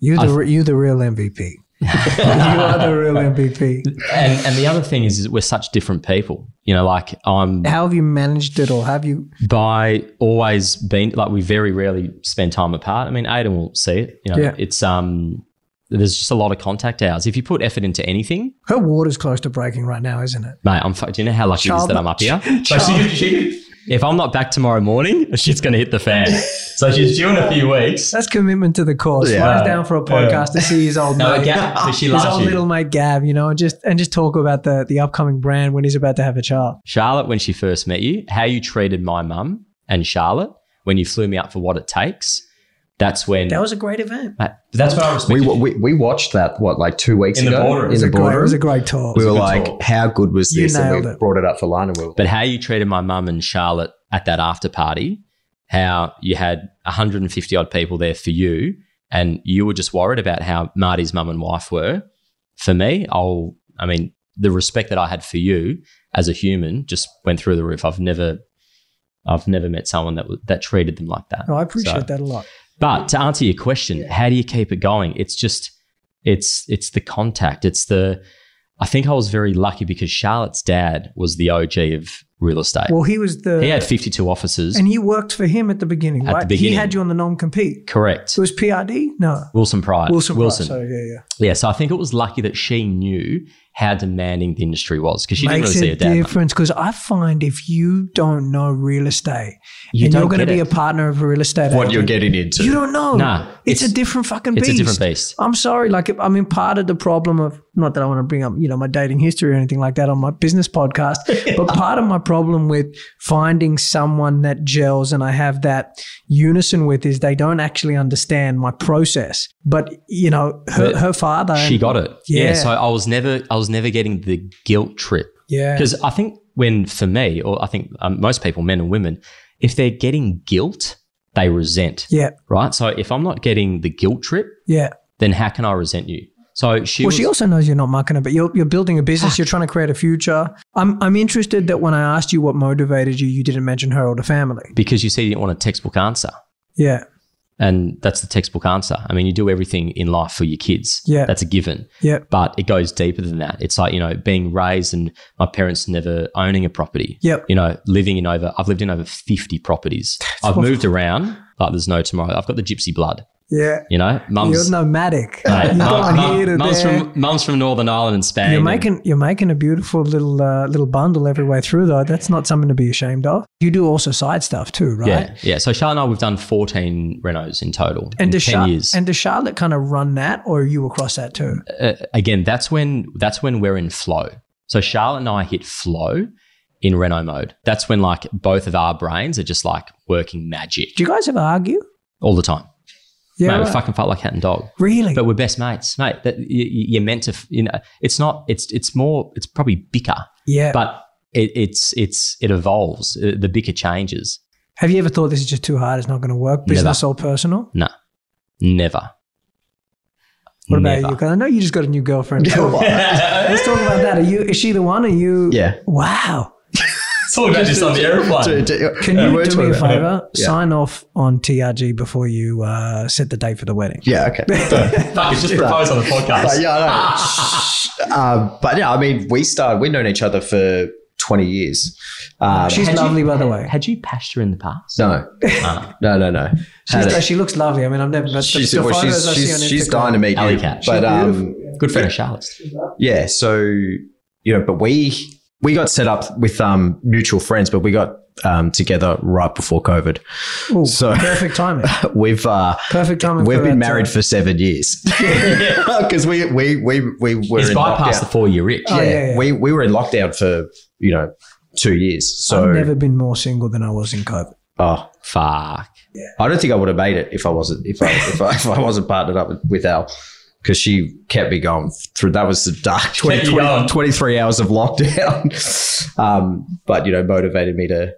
S2: You're
S3: I
S2: the,
S3: th-
S2: re- you're the real
S3: [laughs]
S2: MVP. you are the real MVP.
S3: and and the other thing is, is we're such different people. You know, like I'm
S2: How have you managed it or have you?
S3: by always being like we very rarely spend time apart. I mean, Aiden will see it. You know,
S2: Yeah.
S3: it's um there's just a lot of contact hours. If you put effort into anything,
S2: Her water's close to breaking right now, isn't it?
S3: Mate, I'm. fu- Do you know how lucky it is
S2: Child-
S3: that I'm up here? So
S2: child-
S3: she, she, if I'm not back tomorrow morning, [laughs] she's going to hit the fan. So she's due in a few weeks.
S2: That's commitment to the cause.
S4: Yeah.
S2: Flies down for a podcast to see his old
S3: No,
S2: mate.
S3: again, so she
S2: his
S3: loves
S2: old
S3: you.
S2: little mate Gab, you know, and just and just talk about the the upcoming brand when he's about to have a child.
S3: Charlotte, when she first met you, how you treated my mum and Charlotte when you flew me up for what it takes. That's when.
S2: That was a great event.
S3: Mate, that's when I respected
S4: We,
S3: you.
S4: we, we watched that, what, like two weeks
S3: In the
S4: ago?
S3: boardroom.
S4: In
S2: It was
S4: the
S2: a great, it
S4: boardroom.
S2: was a great talk.
S4: we were
S3: good
S4: like,
S3: talk.
S4: how good was
S2: You
S4: this? And we
S2: nailed it.
S4: brought it up for Lana. We were,
S3: But how you treated my mum and Charlotte at that after party, how you had 150 odd people there for you, and you were just worried about how Marty's mum and wife were. For me, I'll, I mean, the respect that I had for you as a human just went through the roof. I've never, I've never met someone that w- that treated them like that.
S2: Oh, I appreciate
S3: So-
S2: that a lot.
S3: But to answer your question, how do you keep it going? It's just, it's it's the contact. It's the. I think I was very lucky because Charlotte's dad was the OG of real estate.
S2: Well, he was the
S3: He had 52 officers.
S2: and you worked for him at the beginning,
S3: At the
S2: right? He
S3: beginning.
S2: had you on the non compete.
S3: Correct.
S2: So it was PRD? No.
S3: Wilson Pryor.
S2: Wilson. Price.
S3: Wilson.
S2: Sorry, yeah, yeah.
S3: Yeah. So I think it was lucky that she knew how demanding the industry was because she didn't really
S2: Makes
S3: see
S2: a
S3: her dad. much.
S2: difference because I find if you don't know real estate
S3: You
S2: and
S3: don't
S2: you're going to
S3: get
S2: be
S3: it.
S2: a partner of a real estate
S4: what
S2: agent,
S4: you're getting into. [laughs]
S2: You don't know.
S3: Nah,
S2: it's,
S3: it's-
S2: a different fucking
S3: It's
S2: beast.
S3: a different beast.
S2: I'm sorry. Like, I mean, part of the problem of not that I want to bring up, you know, my dating history or anything like that on my business
S3: [laughs]
S2: podcast, but part of my problem with finding someone that gels and I have that unison with is they don't actually understand my process. But you know, her,
S3: But
S2: her father,
S3: She got it. Yeah.
S2: Yeah.
S3: So I was never, I was never getting the guilt trip
S2: yeah,
S3: because I think when for me, or I think um, most people, men and women, if they're getting guilt, they resent.
S2: yeah,
S3: Right. So if I'm not getting the guilt trip,
S2: yeah.
S3: then how can I resent you? So she
S2: well,
S3: was.
S2: she also knows you're not mucking it, but you're, you're building a
S3: [sighs]
S2: business. You're trying to create a future. I'm, I'm interested that when I asked you what motivated you, you didn't mention her or the family.
S3: because you said you didn't want a textbook answer.
S2: Yeah.
S3: And that's the textbook answer. I mean, you do everything in life for your kids.
S2: Yeah.
S3: That's a given.
S2: Yeah.
S3: But it goes deeper than that. It's like, you know, being raised and my parents never owning a property.
S2: Yep.
S3: You know, living in over, I've lived in over 50 properties. I've moved around like there's no tomorrow. I've got the gypsy blood,
S2: Yeah.
S3: you know,
S2: You're
S3: mum's.
S2: nomadic.
S3: Mate,
S2: You're
S3: mum-
S2: going here to
S3: mum- Mum's
S2: there.
S3: from mum's from Northern Ireland and Spain.
S2: You're
S3: and-
S2: making you're making a beautiful little uh, little bundle every way through though. That's not something to be ashamed of. You do also side stuff too, right?
S3: yeah, yeah. So Charlotte and I, we've done 14 renos in total
S2: And
S3: in 10
S2: does, Char-
S3: years.
S2: and does Charlotte kind of run that, or are you across that too?
S3: uh, again, that's when that's when we're in flow. So Charlotte and I hit flow in Reno mode. That's when like both of our brains are just like working magic
S2: Do you guys ever argue?
S3: all the time.
S2: Yeah,
S3: mate, we
S2: right.
S3: fucking fight like cat and dog.
S2: really.
S3: But we're best mates, mate. That you, you're meant to, f- you know. It's not. It's it's more. It's probably bicker,
S2: yeah.
S3: but it, it's it's it evolves. Uh, The bicker changes.
S2: Have you ever thought this is just too hard? It's not going to work, business or personal.
S3: No, never.
S2: What about
S3: Never.
S2: you? 'Cause I know you just got a new
S3: [laughs]
S2: girlfriend.
S4: [laughs]
S2: Let's talk about that. Are you? Is she the one? Are you?
S4: Yeah.
S2: Wow.
S3: Talk about this on the
S4: [laughs]
S3: airplane.
S2: Can
S4: uh,
S2: you do me a favor?
S4: Yeah.
S2: Sign off on TRG before you uh, set the date for the wedding.
S4: Yeah, okay.
S3: Fuck, it's just propose on the podcast.
S4: Ah. Uh, But yeah, I know. um, but yeah, I mean, we started. We've known each other for 20 years. Um,
S2: She's
S3: Had you-
S2: lovely, by the way.
S3: Had you passed her in the past?
S4: no,
S3: Ah,
S4: no, no, no. Had
S2: She's,
S4: it.
S2: she looks lovely. I mean, I've never. But
S4: She's,
S2: the, the
S4: well,
S2: photos
S4: she's,
S2: I see
S4: she's,
S2: on
S4: she's
S2: Instagram-
S4: dying to meet
S3: Alley
S4: you.
S3: cat.
S4: But um,
S2: Beautiful.
S3: good friend of Charlotte's.
S4: yeah, so you know, but we we got set up with um, mutual friends, but we got um, together right before COVID.
S2: Ooh,
S4: So-
S2: perfect timing.
S4: [laughs] We've uh,
S2: Perfect timing.
S4: [laughs] We've
S2: for
S4: been
S2: that,
S4: married
S2: uh,
S4: for
S2: [laughs]
S4: seven years [laughs] because we we we we were
S3: He's
S4: in
S3: bypassed the
S4: lockdown.
S3: four year itch.
S2: Oh,
S4: yeah,
S2: yeah, yeah.
S4: we we were in lockdown for you know two years. So
S2: I've never been more single than I was in COVID.
S4: oh,
S3: Fuck.
S4: I don't think I would have made it if I wasn't if I if I, [laughs] if I wasn't partnered up with, with Al because she kept me going through. That was the dark 20,
S3: Kept you going.
S4: 23 hours of lockdown, [laughs] um, but you know motivated me to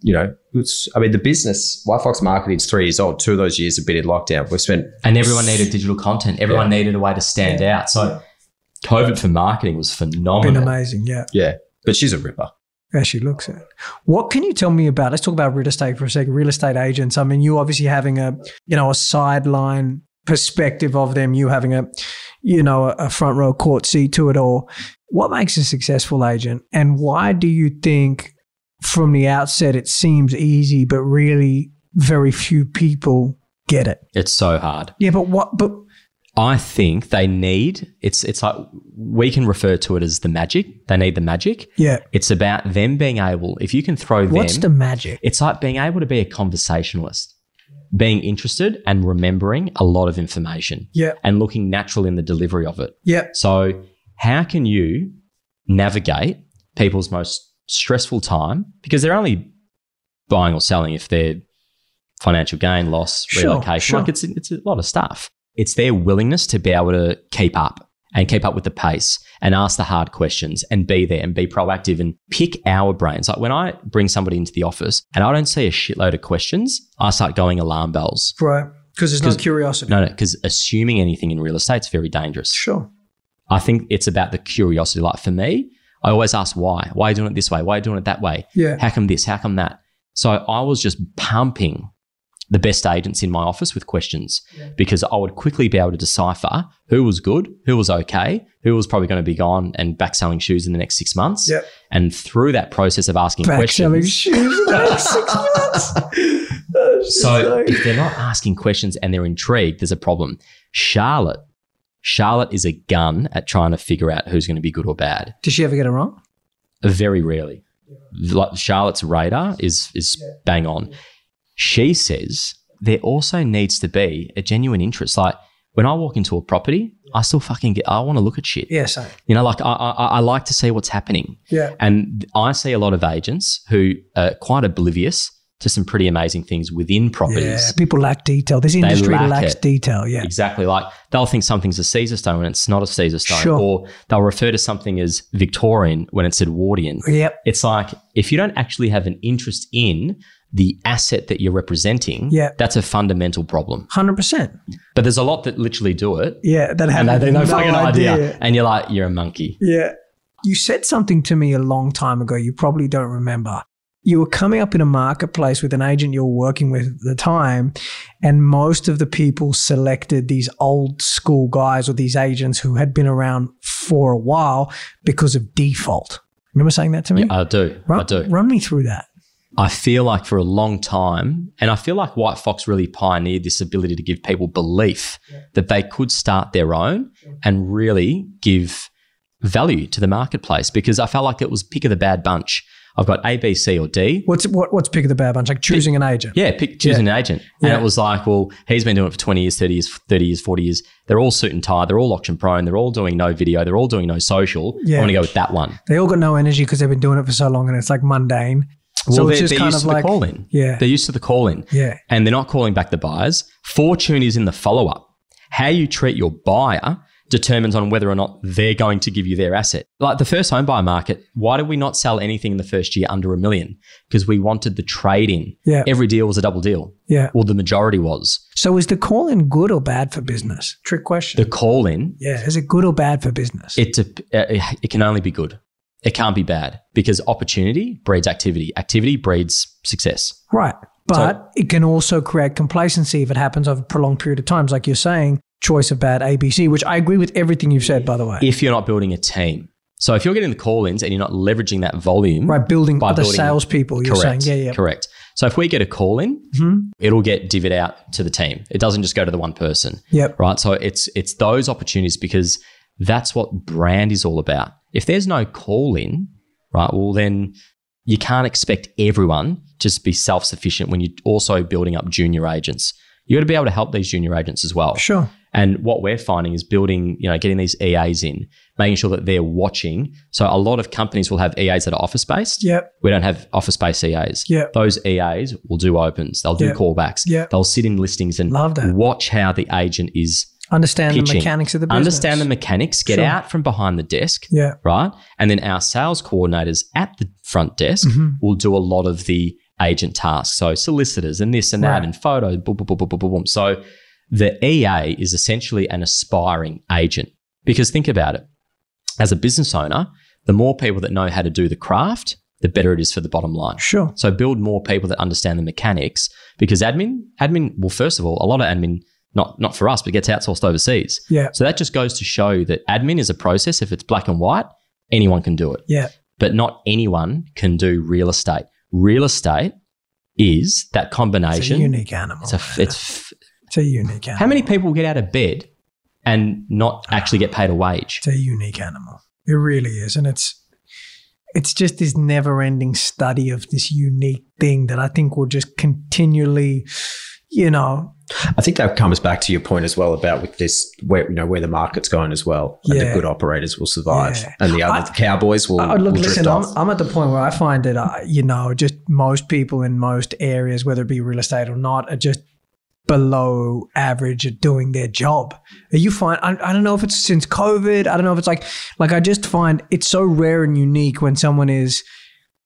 S4: you know. It's, I mean, the business, White Fox Marketing is three years old. Two of those years have been in lockdown. We've spent
S3: And everyone needed digital content. Everyone needed a way to stand out. So COVID for marketing was
S2: Been
S3: phenomenal.
S2: amazing. Yeah.
S4: Yeah, but she's a ripper.
S2: as she looks at. What can you tell me about? Let's talk about real estate for a second. Real estate agents. I mean, you obviously having a you know a sideline perspective of them. You having a you know a front row court seat to it all. What makes a successful agent, and why do you think from the outset it seems easy, but really very few people get it?
S3: It's so hard.
S2: Yeah, but what? But
S3: I think they need it's it's like we can refer to it as the magic. They need the magic.
S2: yeah,
S3: It's about them being able, if you can throw
S2: what's
S3: them
S2: the magic?
S3: It's like being able to be a conversationalist, being interested and remembering a lot of information
S2: Yeah,
S3: and looking natural in the delivery of it.
S2: yeah,
S3: So, how can you navigate people's most stressful time? Because they're only buying or selling if they're financial gain, loss,
S2: Sure,
S3: relocation.
S2: sure.
S3: Like it's it's a lot of stuff. It's their willingness to be able to keep up and keep up with the pace and ask the hard questions and be there and be proactive and pick our brains. Like when I bring somebody into the office and I don't see a shitload of questions, I start going alarm bells.
S2: right. Because there's no
S3: 'Cause-
S2: curiosity.
S3: No, no, because assuming anything in real estate is very dangerous.
S2: Sure.
S3: I think it's about the curiosity. Like for me, I always ask why. Why are you doing it this way? Why are you doing it that way?
S2: Yeah.
S3: How come this? How come that? So I was just pumping the best agents in my office with questions because I would quickly be able to decipher who was good, who was okay, who was probably going to be gone and back selling shoes in the next six months.
S2: Yep.
S3: And through that process of asking
S2: Back selling
S3: questions,
S2: shoes in the next six months.
S3: [laughs] So if they're not asking questions and they're intrigued, there's a problem. Charlotte, Charlotte is a gun at trying to figure out who's going to be good or bad.
S2: Did she ever get it wrong?
S3: Very rarely. Like Charlotte's radar is is bang on. She says there also needs to be a genuine interest. Like when I walk into a property, I still fucking get. I want to look at shit.
S2: Yeah, same.
S3: You know, like I, I I like to see what's happening.
S2: Yeah.
S3: And I see a lot of agents who are quite oblivious to some pretty amazing things within properties.
S2: Yeah, people lack detail. This industry
S3: lack
S2: lacks
S3: it.
S2: detail. Yeah.
S3: Exactly. Like they'll think something's a Caesar stone and it's not a Caesar stone,
S2: Sure.
S3: or they'll refer to something as Victorian when it's Edwardian.
S2: Yep.
S3: It's like if you don't actually have an interest in the asset that you're representing,
S2: Yeah.
S3: that's a fundamental problem.
S2: Hundred percent.
S3: But there's a lot that literally do it,
S2: Yeah, that
S3: and
S2: had
S3: they, they
S2: no
S3: no, fucking idea.
S2: idea.
S3: and you're like, you're a monkey.
S2: Yeah. You said something to me a long time ago. You probably don't remember. You were coming up in a marketplace with an agent you were working with at the time, and most of the people selected these old school guys or these agents who had been around for a while because of default. Remember saying that to me?
S3: I do.
S2: run,
S3: I do.
S2: Run me through that.
S3: I feel like for a long time, and I feel like White Fox really pioneered this ability to give people belief that they could start their own and really give value to the marketplace because I felt like it was pick of the bad bunch. I've got A, B, C, or D.
S2: What's what, what's pick of the bad bunch? Like choosing an agent.
S3: Yeah, pick choosing an agent.
S2: Yeah.
S3: And it was like, well, he's been doing it for 20 years, 30 years, 30 years, 40 years. They're all suit and tie. They're all auction prone. They're all doing no video. They're all doing no social.
S2: Yeah.
S3: I want to go with that one.
S2: They all got no energy because they've been doing it for so long, and it's like mundane. So
S3: Well,
S2: it's
S3: they're,
S2: just
S3: they're
S2: kind
S3: used
S2: of
S3: to
S2: like
S3: the call in.
S2: yeah,
S3: They're used to the call in.
S2: yeah,
S3: and they're not calling back the buyers. Fortune is in the follow up. How you treat your buyer determines on whether or not they're going to give you their asset. Like the first home buyer market, why did we not sell anything in the first year under a million? Because we wanted the trade in.
S2: Yeah.
S3: Every deal was a double deal.
S2: yeah.
S3: Well, the majority was.
S2: So is the call in good or bad for business? Trick question.
S3: The call in,
S2: yeah, is it good or bad for business?
S3: it, dep- uh, it can only be good. It can't be bad because opportunity breeds activity. Activity breeds success.
S2: right, but it can also create complacency if it happens over a prolonged period of times, like you're saying. Choice of bad ABC, which I agree with everything you've said, by the way.
S3: If you're not building a team, So if you're getting the call ins and you're not leveraging that volume,
S2: Right, building
S3: By
S2: other
S3: building-
S2: salespeople. You're
S3: correct,
S2: saying, yeah, yeah.
S3: correct. So if we get a call in,
S2: Mhm.
S3: it'll get divvied out to the team. It doesn't just go to the one person,
S2: Yep.
S3: right? So it's it's those opportunities because that's what brand is all about. If there's no call in, right? Well, then you can't expect everyone to just be self sufficient when you're also building up junior agents. You got to be able to help these junior agents as well.
S2: Sure.
S3: And what we're finding is building, you know, getting these EAs in, making sure that they're watching. So a lot of companies will have EAs that are office based.
S2: Yep.
S3: We don't have office based EAs.
S2: Yep.
S3: Those EAs will do opens, they'll do
S2: Yep.
S3: callbacks,
S2: Yep.
S3: they'll sit in listings and
S2: Love that.
S3: watch how the agent is
S2: Understand the
S3: pitching.
S2: mechanics of the business.
S3: Understand the mechanics, get
S2: Sure.
S3: out from behind the desk,
S2: Yeah.
S3: right? And then our sales coordinators at the front desk
S2: Mhm.
S3: will do a lot of the agent tasks. So solicitors and this and
S2: Right.
S3: that and photos, boom, boom, boom, boom, boom, boom, boom. So the EA is essentially an aspiring agent because think about it. As a business owner, the more people that know how to do the craft, the better it is for the bottom line.
S2: Sure.
S3: So build more people that understand the mechanics because admin, admin, well, first of all, a lot of admin, not not for us, but gets outsourced overseas.
S2: Yeah.
S3: So that just goes to show that admin is a process. If it's black and white, anyone can do it.
S2: Yeah.
S3: But not anyone can do real estate. Real estate is that
S2: It's a
S3: combination.
S2: unique animal.
S3: It's a f- it's f-
S2: It's a unique animal.
S3: how many people get out of bed and not actually get paid a wage?
S2: It's a unique animal. It really is, and it's it's just this never-ending study of this unique thing that I think will just continually, you know,
S4: I think that comes back to your point as well about with this where you know where the market's going as well, and
S2: Yeah.
S4: the good operators will survive,
S2: Yeah.
S4: and the other
S2: I-
S4: cowboys will,
S2: I- I-
S4: will
S2: Oh, look,
S4: drift
S2: listen, I'm,
S4: off.
S2: I'm at the point where I find that, I, you know, just most people in most areas, whether it be real estate or not, are just below average at doing their job. You find, I, I don't know if it's since COVID, I don't know if it's like, like I just find it's so rare and unique when someone is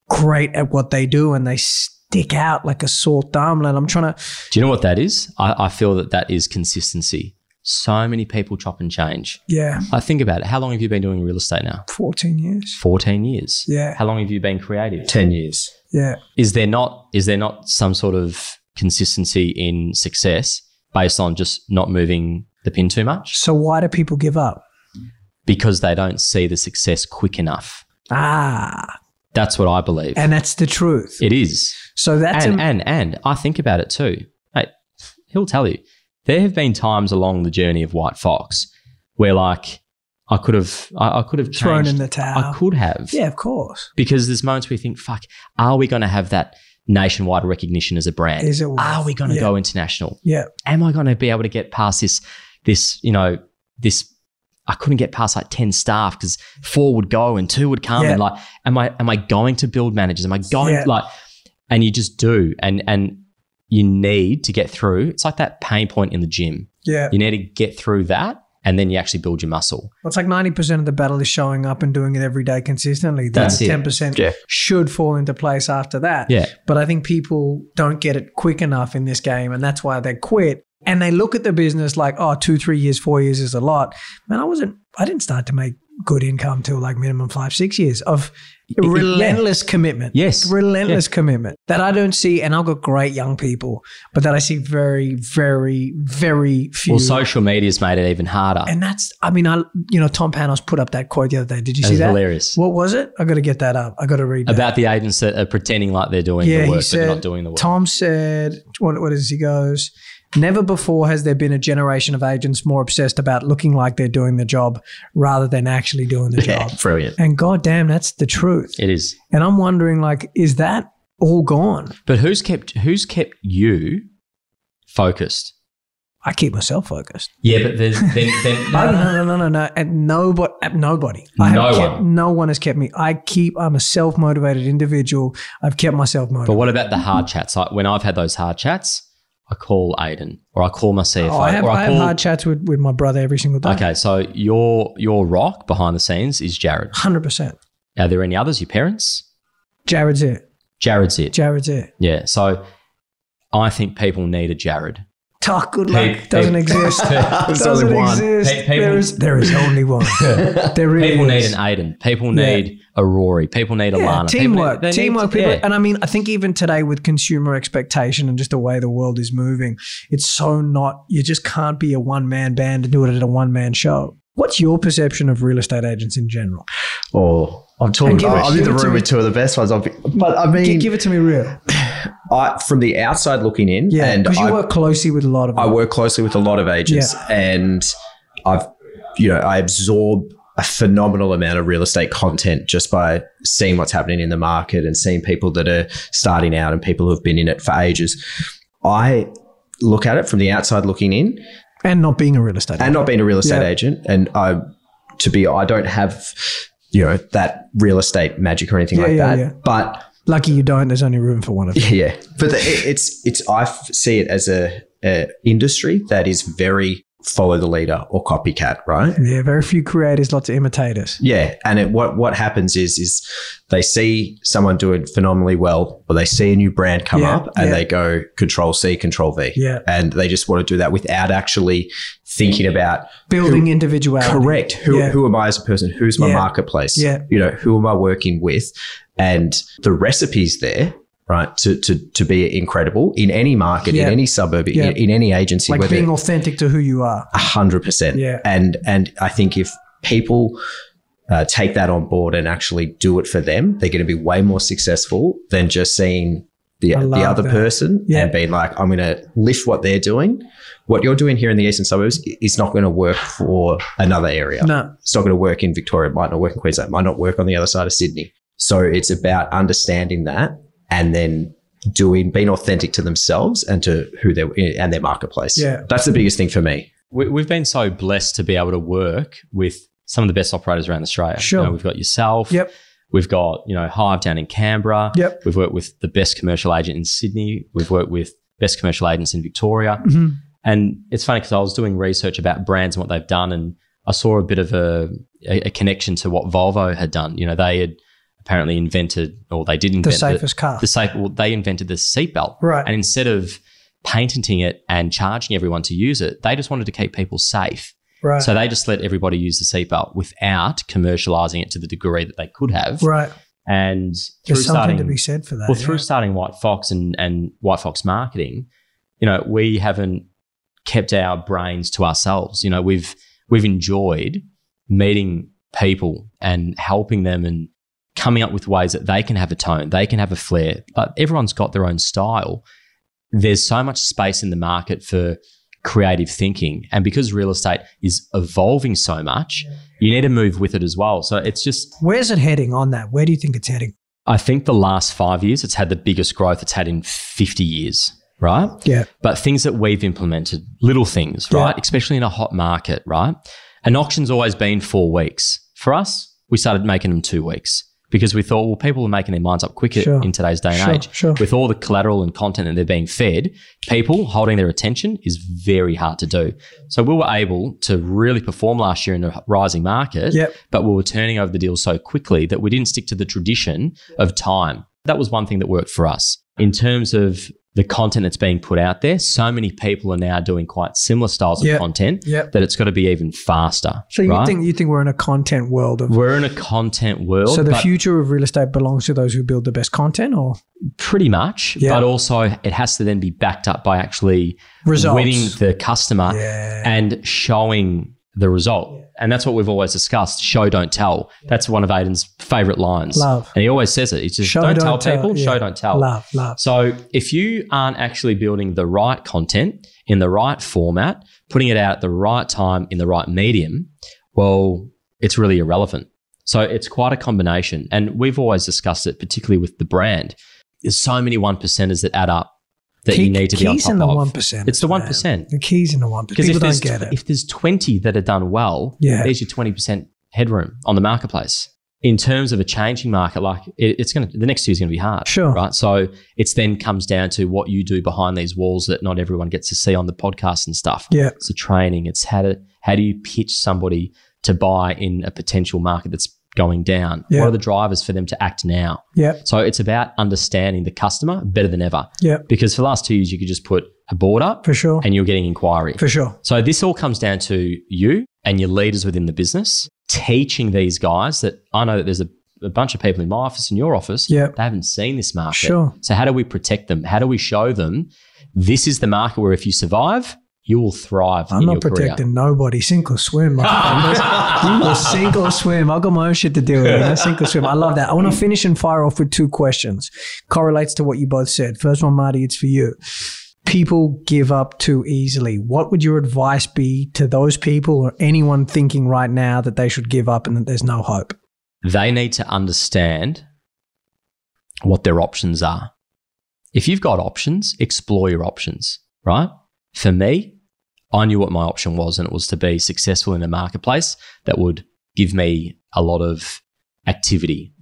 S2: great at what they do and they stick out like a sore thumb. And I'm trying to,
S3: Do you know what that is? I, I feel that that is consistency. So many people chop and change.
S2: yeah,
S3: I think about it. How long have you been doing real estate now?
S2: 14 years.
S3: 14 years.
S2: Yeah.
S3: How long have you been creative?
S4: Ten years.
S2: Yeah.
S3: Is there not is there not some sort of consistency in success based on just not moving the pin too much
S2: So why do people give up?
S3: because they don't see the success quick enough?
S2: Ah,
S3: That's what I believe.
S2: and that's the truth.
S3: it is.
S2: So that's
S3: and,
S2: a,
S3: and and I think about it too. Mate, he'll tell you. There have been times along the journey of White Fox where like I could have I, I could have
S2: thrown in
S3: changed-
S2: the towel.
S3: I could have.
S2: Yeah, of course.
S3: because there's moments where you think, fuck, are we going to have that nationwide recognition as a brand?
S2: Is it worth-
S3: are we going to
S2: yeah.
S3: go international?
S2: Yeah,
S3: Am I going to be able to get past this, this, you know, this? I couldn't get past like 10 staff because four would go and two would come.
S2: Yeah.
S3: And like, am I, am I going to build managers? Am I going
S2: Yeah.
S3: like, and you just do. And, and, you need to get through. It's like that pain point in the gym.
S2: yeah.
S3: You need to get through that, and then you actually build your muscle.
S2: Well, it's like ninety percent of the battle is showing up and doing it every day consistently.
S3: That's
S2: That's
S3: it.
S2: ten percent
S4: Yeah.
S2: should fall into place after that.
S3: Yeah,
S2: But I think people don't get it quick enough in this game, and that's why they quit. And they look at the business like, oh, two, three years, four years is a lot. Man, I wasn't. I didn't start to make good income till like minimum five, six years of
S3: it- yeah.
S2: relentless commitment.
S3: Yes.
S2: relentless commitment that I don't see, and I've got great young people, but that I see very, very, very few.
S3: Well, social media's made it even harder.
S2: And that's, I mean, I you know, Tom Panos put up that quote the other day. Did you
S3: It
S2: see
S3: was
S2: that?
S3: hilarious.
S2: What was it? I got to get that up. I got to read that.
S3: about the agents that are pretending like they're doing
S2: Yeah,
S3: the
S2: he
S3: work, but
S2: said,
S3: they're not doing the work.
S2: Tom said, what, what is he goes? Never before has there been a generation of agents more obsessed about looking like they're doing the job rather than actually doing
S3: [laughs]
S2: the job.
S4: Brilliant.
S2: And goddamn, that's the truth.
S3: it is.
S2: And I'm wondering, like, is that all gone?
S3: But who's kept who's kept you focused?
S2: I keep myself focused.
S3: Yeah,
S2: [laughs]
S3: but there's then, then
S2: No, no, no, no, no, no. And nobody, nobody. I have
S3: No
S2: kept,
S3: one.
S2: No one has kept me. I keep. I'm a self motivated individual. I've kept myself
S3: But
S2: motivated.
S3: what about the hard chats? Like when I've had those hard chats, I call Aiden or I call my CFO
S2: Oh, I have,
S3: or
S2: I
S3: I
S2: have
S3: call.
S2: hard chats with, with my brother every single day.
S3: okay, so your your rock behind the scenes is Jared.
S2: hundred percent.
S3: Are there any others? Your parents?
S2: Jared's it.
S3: Jared's it.
S2: Jared's it.
S3: Yeah. So I think people need a Jared.
S2: Talk good luck
S3: Hey,
S2: doesn't
S3: hey.
S2: exist. [laughs]
S4: There's
S2: doesn't
S4: only one.
S2: exist.
S3: Hey, people-
S2: there is there is only one. there really
S3: [laughs] People need
S2: is.
S3: an Aiden. People
S2: Yeah.
S3: need a Rory. People need a
S2: yeah,
S3: Lana. People
S2: teamwork,
S3: need- they need-
S2: teamwork, people,
S3: yeah.
S2: and I mean, I think even today with consumer expectation and just the way the world is moving, it's so not. You just can't be a one man band and do it at a one man show. What's your perception of real estate agents in general?
S4: Or I'm talking.
S2: give it-
S4: I'm in
S2: give
S4: the
S2: it to
S4: room
S2: me.
S4: with two of the best ones. I've been- But I
S2: Gi-
S4: mean,
S2: give it to me real.
S4: I, from the outside looking in,
S2: Yeah,
S4: and
S2: because you
S4: I,
S2: work closely with a lot of
S4: I
S2: them.
S4: work closely with a lot of agents, and I've you know I absorb a phenomenal amount of real estate content just by seeing what's happening in the market and seeing people that are starting out and people who have been in it for ages. I look at it from the outside looking in,
S2: and not being a real estate
S4: and
S2: agent.
S4: not being a real estate
S2: Yeah.
S4: agent and i to be i don't have you know that real estate magic or anything
S2: Yeah,
S4: like
S2: yeah,
S4: that
S2: yeah.
S4: but
S2: Lucky you don't. There's only room for one of them.
S4: yeah but the, it- it's it's i f- see it as a, a industry that is very follow the leader or copycat right
S2: Yeah, very few creators, lots of imitators.
S4: yeah and it, what what happens is is they see someone doing phenomenally well or they see a new brand come
S2: Yeah,
S4: up and
S2: yeah.
S4: they go control c control v
S2: Yeah.
S4: and they just want to do that without actually thinking about
S2: Building individuality.
S4: Correct. Who,
S2: Yeah.
S4: who am I as a person? Who's my
S2: Yeah.
S4: marketplace?
S2: Yeah.
S4: You know, who am I working with? And the recipe's there, right? To to to be incredible in any market,
S2: Yeah.
S4: in any suburb, in-
S2: Yeah.
S4: in, any agency,
S2: Like
S4: whether
S2: being authentic to who you are.
S4: hundred percent.
S2: Yeah.
S4: And and I think if people uh, take that on board and actually do it for them, they're going to be way more successful than just seeing the,
S2: I
S4: the
S2: love
S4: other
S2: that.
S4: person
S2: Yeah.
S4: and being like, I'm going to lift what they're doing. What you're doing here in the eastern suburbs i- is not going to work for another area.
S2: No.
S4: It's not going to work in Victoria. It might not work in Queensland. It might not work on the other side of Sydney. So it's about understanding that and then doing being authentic to themselves and to who they and their marketplace.
S2: Yeah.
S4: that's the biggest thing for me.
S3: We, we've been so blessed to be able to work with some of the best operators around Australia. You
S2: Sure.
S3: know, we've got yourself.
S2: Yep.
S3: We've got, you know, Hive down in Canberra.
S2: Yep.
S3: We've worked with the best commercial agent in Sydney. We've worked with best commercial agents in Victoria.
S2: Mhm.
S3: And it's funny because I was doing research about brands and what they've done, and I saw a bit of a, a, a connection to what Volvo had done. You know, they had apparently invented, or they did invent
S2: The safest car.
S3: the safe. Well, they invented the seatbelt,
S2: Right.
S3: And instead of patenting it and charging everyone to use it, they just wanted to keep people safe.
S2: right.
S3: So they just let everybody use the seatbelt without commercializing it to the degree that they could have.
S2: right.
S3: And through
S2: There's something
S3: starting
S2: to be said for that.
S3: well, through
S2: yeah.
S3: starting White Fox and, and White Fox marketing, you know, we haven't kept our brains to ourselves. You know, we've we've enjoyed meeting people and helping them and coming up with ways that they can have a tone, they can have a flair. But everyone's got their own style. There's so much space in the market for creative thinking. And because real estate is evolving so much, you need to move with it as well. So it's just
S2: Where's it heading on that? Where do you think it's heading?
S3: I think the last five years, it's had the biggest growth it's had in 50 years, right?
S2: Yeah.
S3: But things that we've implemented, little things,
S2: Yeah.
S3: right? Especially in a hot market, right? An auction's always been four weeks. For us, we started making them two weeks because we thought, well, people are making their minds up quicker
S2: Sure.
S3: in today's day and
S2: Sure,
S3: age.
S2: sure.
S3: With all the collateral and content that they're being fed, people holding their attention is very hard to do. So we were able to really perform last year in a rising market
S2: Yep.
S3: but we were turning over the deal so quickly that we didn't stick to the tradition of time. That was one thing that worked for us. In terms of the content that's being put out there, so many people are now doing quite similar styles of
S2: Yeah.
S3: content
S2: Yep.
S3: that it's got to be even faster.
S2: So you
S3: right?
S2: think you think we're in a content world of
S3: we're in a content world,
S2: so the
S3: but
S2: future of real estate belongs to those who build the best content or
S3: pretty much,
S2: Yeah.
S3: but also it has to then be backed up by actually
S2: results?
S3: winning the customer
S2: yeah.
S3: and showing the result. And that's what we've always discussed show, don't tell. That's one of Aiden's favorite lines.
S2: Love.
S3: And he always says it. He says,
S2: Show,
S3: don't,
S2: don't
S3: tell,
S2: tell."
S3: people,
S2: Yeah.
S3: show, don't tell.
S2: Love, love.
S3: So if you aren't actually building the right content in the right format, putting it out at the right time in the right medium, well, it's really irrelevant. So it's quite a combination. And we've always discussed it, particularly with the brand. There's so many one percenters that add up that
S2: Key-
S3: you need to be on
S2: keys
S3: top
S2: in the
S3: of.
S2: one percent.
S3: It's the 1%.
S2: The keys in the one percent.
S3: Because
S2: People
S3: if
S2: don't
S3: there's,
S2: get it.
S3: if there's 20 that are done well,
S2: Yeah.
S3: there's your 20% headroom on the marketplace. In terms of a changing market, like it, it's going to, the next year is going to be hard.
S2: Sure.
S3: Right. So it's then comes down to what you do behind these walls that not everyone gets to see on the podcast and stuff.
S2: Yeah.
S3: It's the training. It's how to, how do you pitch somebody to buy in a potential market that's going down?
S2: Yeah.
S3: What are the drivers for them to act now?
S2: Yep.
S3: So it's about understanding the customer better than ever.
S2: Yep.
S3: Because for the last two years, you could just put a board up
S2: For sure.
S3: and you're getting inquiry.
S2: For sure.
S3: So this all comes down to you and your leaders within the business teaching these guys that I know that there's a, a bunch of people in my office and your office.
S2: Yep.
S3: They haven't seen this market.
S2: Sure.
S3: So how do we protect them? How do we show them this is the market where if you survive, you will thrive.
S2: I'm
S3: in
S2: not
S3: your career.
S2: protecting nobody. Sink or swim. motherfuckers.
S3: [laughs]
S2: you will sink or swim. I've got my own shit to deal with. man. Sink or swim. I love that. I want to finish and fire off with two questions. Correlates to what you both said. First one, Marty, it's for you. People give up too easily. What would your advice be to those people or anyone thinking right now that they should give up and that there's no hope?
S3: they need to understand what their options are. If you've got options, explore your options, right? For me, I knew what my option was, and it was to be successful in a marketplace that would give me a lot of activity,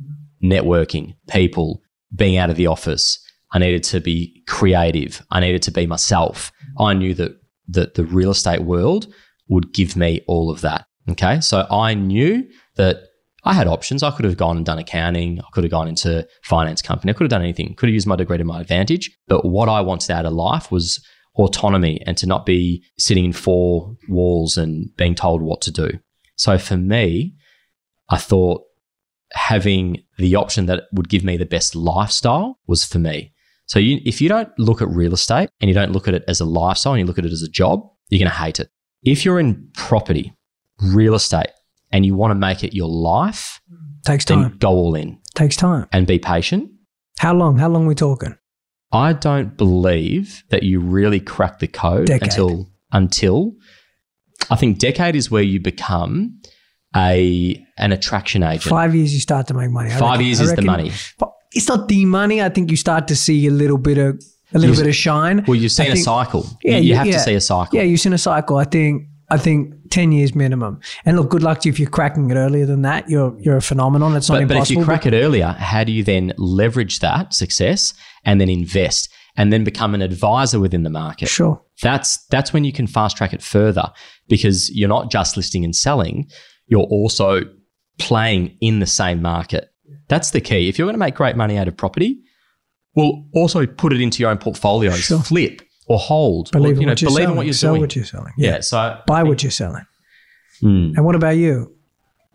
S3: networking, people, being out of the office. I needed to be creative. I needed to be myself. I knew that, that the real estate world would give me all of that. Okay. So I knew that I had options. I could have gone and done accounting. I could have gone into finance company. I could have done anything. Could have used my degree to my advantage. But what I wanted out of life was autonomy and to not be sitting in four walls and being told what to do. So for me, I thought having the option that would give me the best lifestyle was for me. So you, if you don't look at real estate and you don't look at it as a lifestyle and you look at it as a job, you're going to hate it. If you're in property, real estate, and you want to make it your life,
S2: Takes
S3: then
S2: time.
S3: go all in
S2: Takes time.
S3: and be patient.
S2: How long? How long we talking?
S3: I don't believe that you really crack the code
S2: Decade.
S3: until until I think decade is where you become a an attraction agent.
S2: Five years, you start to make money. I
S3: Five
S2: reckon-
S3: years
S2: I
S3: is the
S2: reckon-
S3: money.
S2: But it's not the money. I think you start to see a little bit of a little
S3: You-
S2: bit of shine.
S3: Well, you've
S2: I
S3: seen a
S2: think-
S3: cycle.
S2: Yeah,
S3: you, you
S2: you-
S3: have to
S2: yeah.
S3: see a cycle.
S2: Yeah, you've seen a cycle. I think I think ten years minimum. And look, good luck to you if you're cracking it earlier than that. You're you're a phenomenon. It's not
S3: but, but if
S2: impossible.
S3: you crack it earlier, how do you then leverage that success and then invest and then become an advisor within the market?
S2: sure.
S3: That's that's when you can fast track it further because you're not just listing and selling, you're also playing in the same market. That's the key. If you're going to make great money out of property, well, also put it into your own portfolios,
S2: Sure.
S3: flip or hold, or,
S2: Believe in
S3: you know,
S2: what you're
S3: believe
S2: selling.
S3: in what you're
S2: Sell
S3: doing.
S2: what you're selling.
S3: yeah. so
S2: Buy what you're selling.
S3: Mm.
S2: And what about you?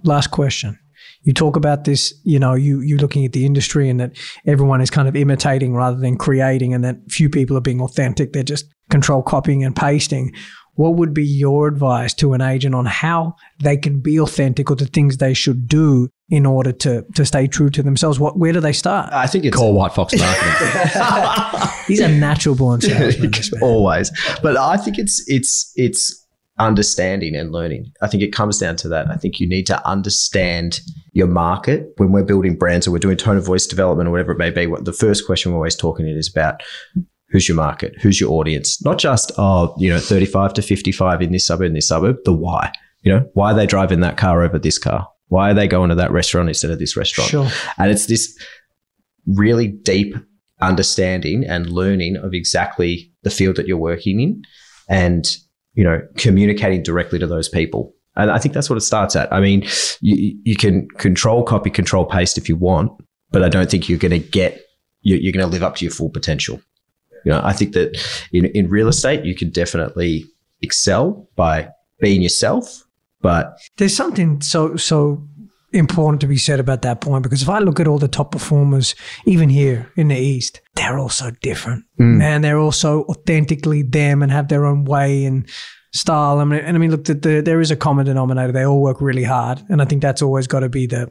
S2: Last question. You talk about this, you know, you you looking at the industry and that everyone is kind of imitating rather than creating, and that few people are being authentic. They're just control copying and pasting. What would be your advice to an agent on how they can be authentic or the things they should do in order to to stay true to themselves? What where do they start?
S4: I think it's
S3: call White Fox
S2: [laughs]
S3: Marketing.
S2: He's a natural born
S4: [laughs]
S2: salesman. this man.
S4: always but i think it's it's it's understanding and learning i think it comes down to that i think you need to understand your market when we're building brands or we're doing tone of voice development or whatever it may be what the first question we're always talking in is about who's your market who's your audience not just oh you know 35 to 55 in this suburb in this suburb the why you know why are they driving that car over this car why are they going to that restaurant instead of this restaurant
S2: Sure.
S4: and it's this really deep understanding and learning of exactly the field that you're working in and, you know, communicating directly to those people. And I think that's what it starts at. I mean, you, you can control copy, control paste if you want, but I don't think you're going to get, you- you're going to live up to your full potential. You know, I think that in, in real estate, you can definitely excel by being yourself, but
S2: there's something so so important to be said about that point because if I look at all the top performers, even here in the East, they're all so different, and they're all so authentically them and have their own way and style. I mean, and I mean, look, the, the, there is a common denominator. They all work really hard, and I think that's always got to be the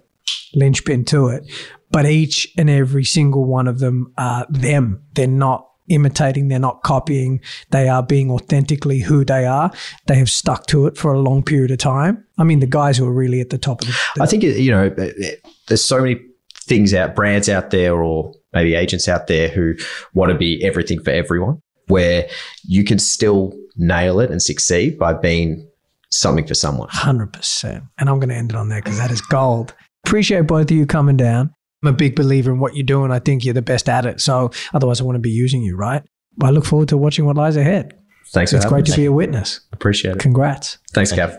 S2: linchpin to it. But each and every single one of them are them. They're not imitating, they're not copying. They are being authentically who they are. They have stuck to it for a long period of time. I mean, the guys who are really at the top of the,
S4: I think it- you know, it- it- there's so many things out, brands out there, or maybe agents out there who want to be everything for everyone, where you can still nail it and succeed by being something for someone.
S2: 100%. And I'm going to end it on there because that is gold. Appreciate both of you coming down. I'm a big believer in what you do, and I think you're the best at it. So otherwise, I wouldn't be using you, right? But I look forward to watching what lies ahead.
S4: Thanks,
S2: So it's
S4: for having
S2: great to
S4: me.
S2: be a witness.
S4: Appreciate it.
S2: Congrats.
S4: Thanks, Gav.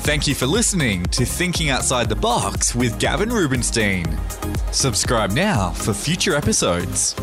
S1: Thank you for listening to Thinking Outside the Box with Gavin Rubinstein. Subscribe now for future episodes.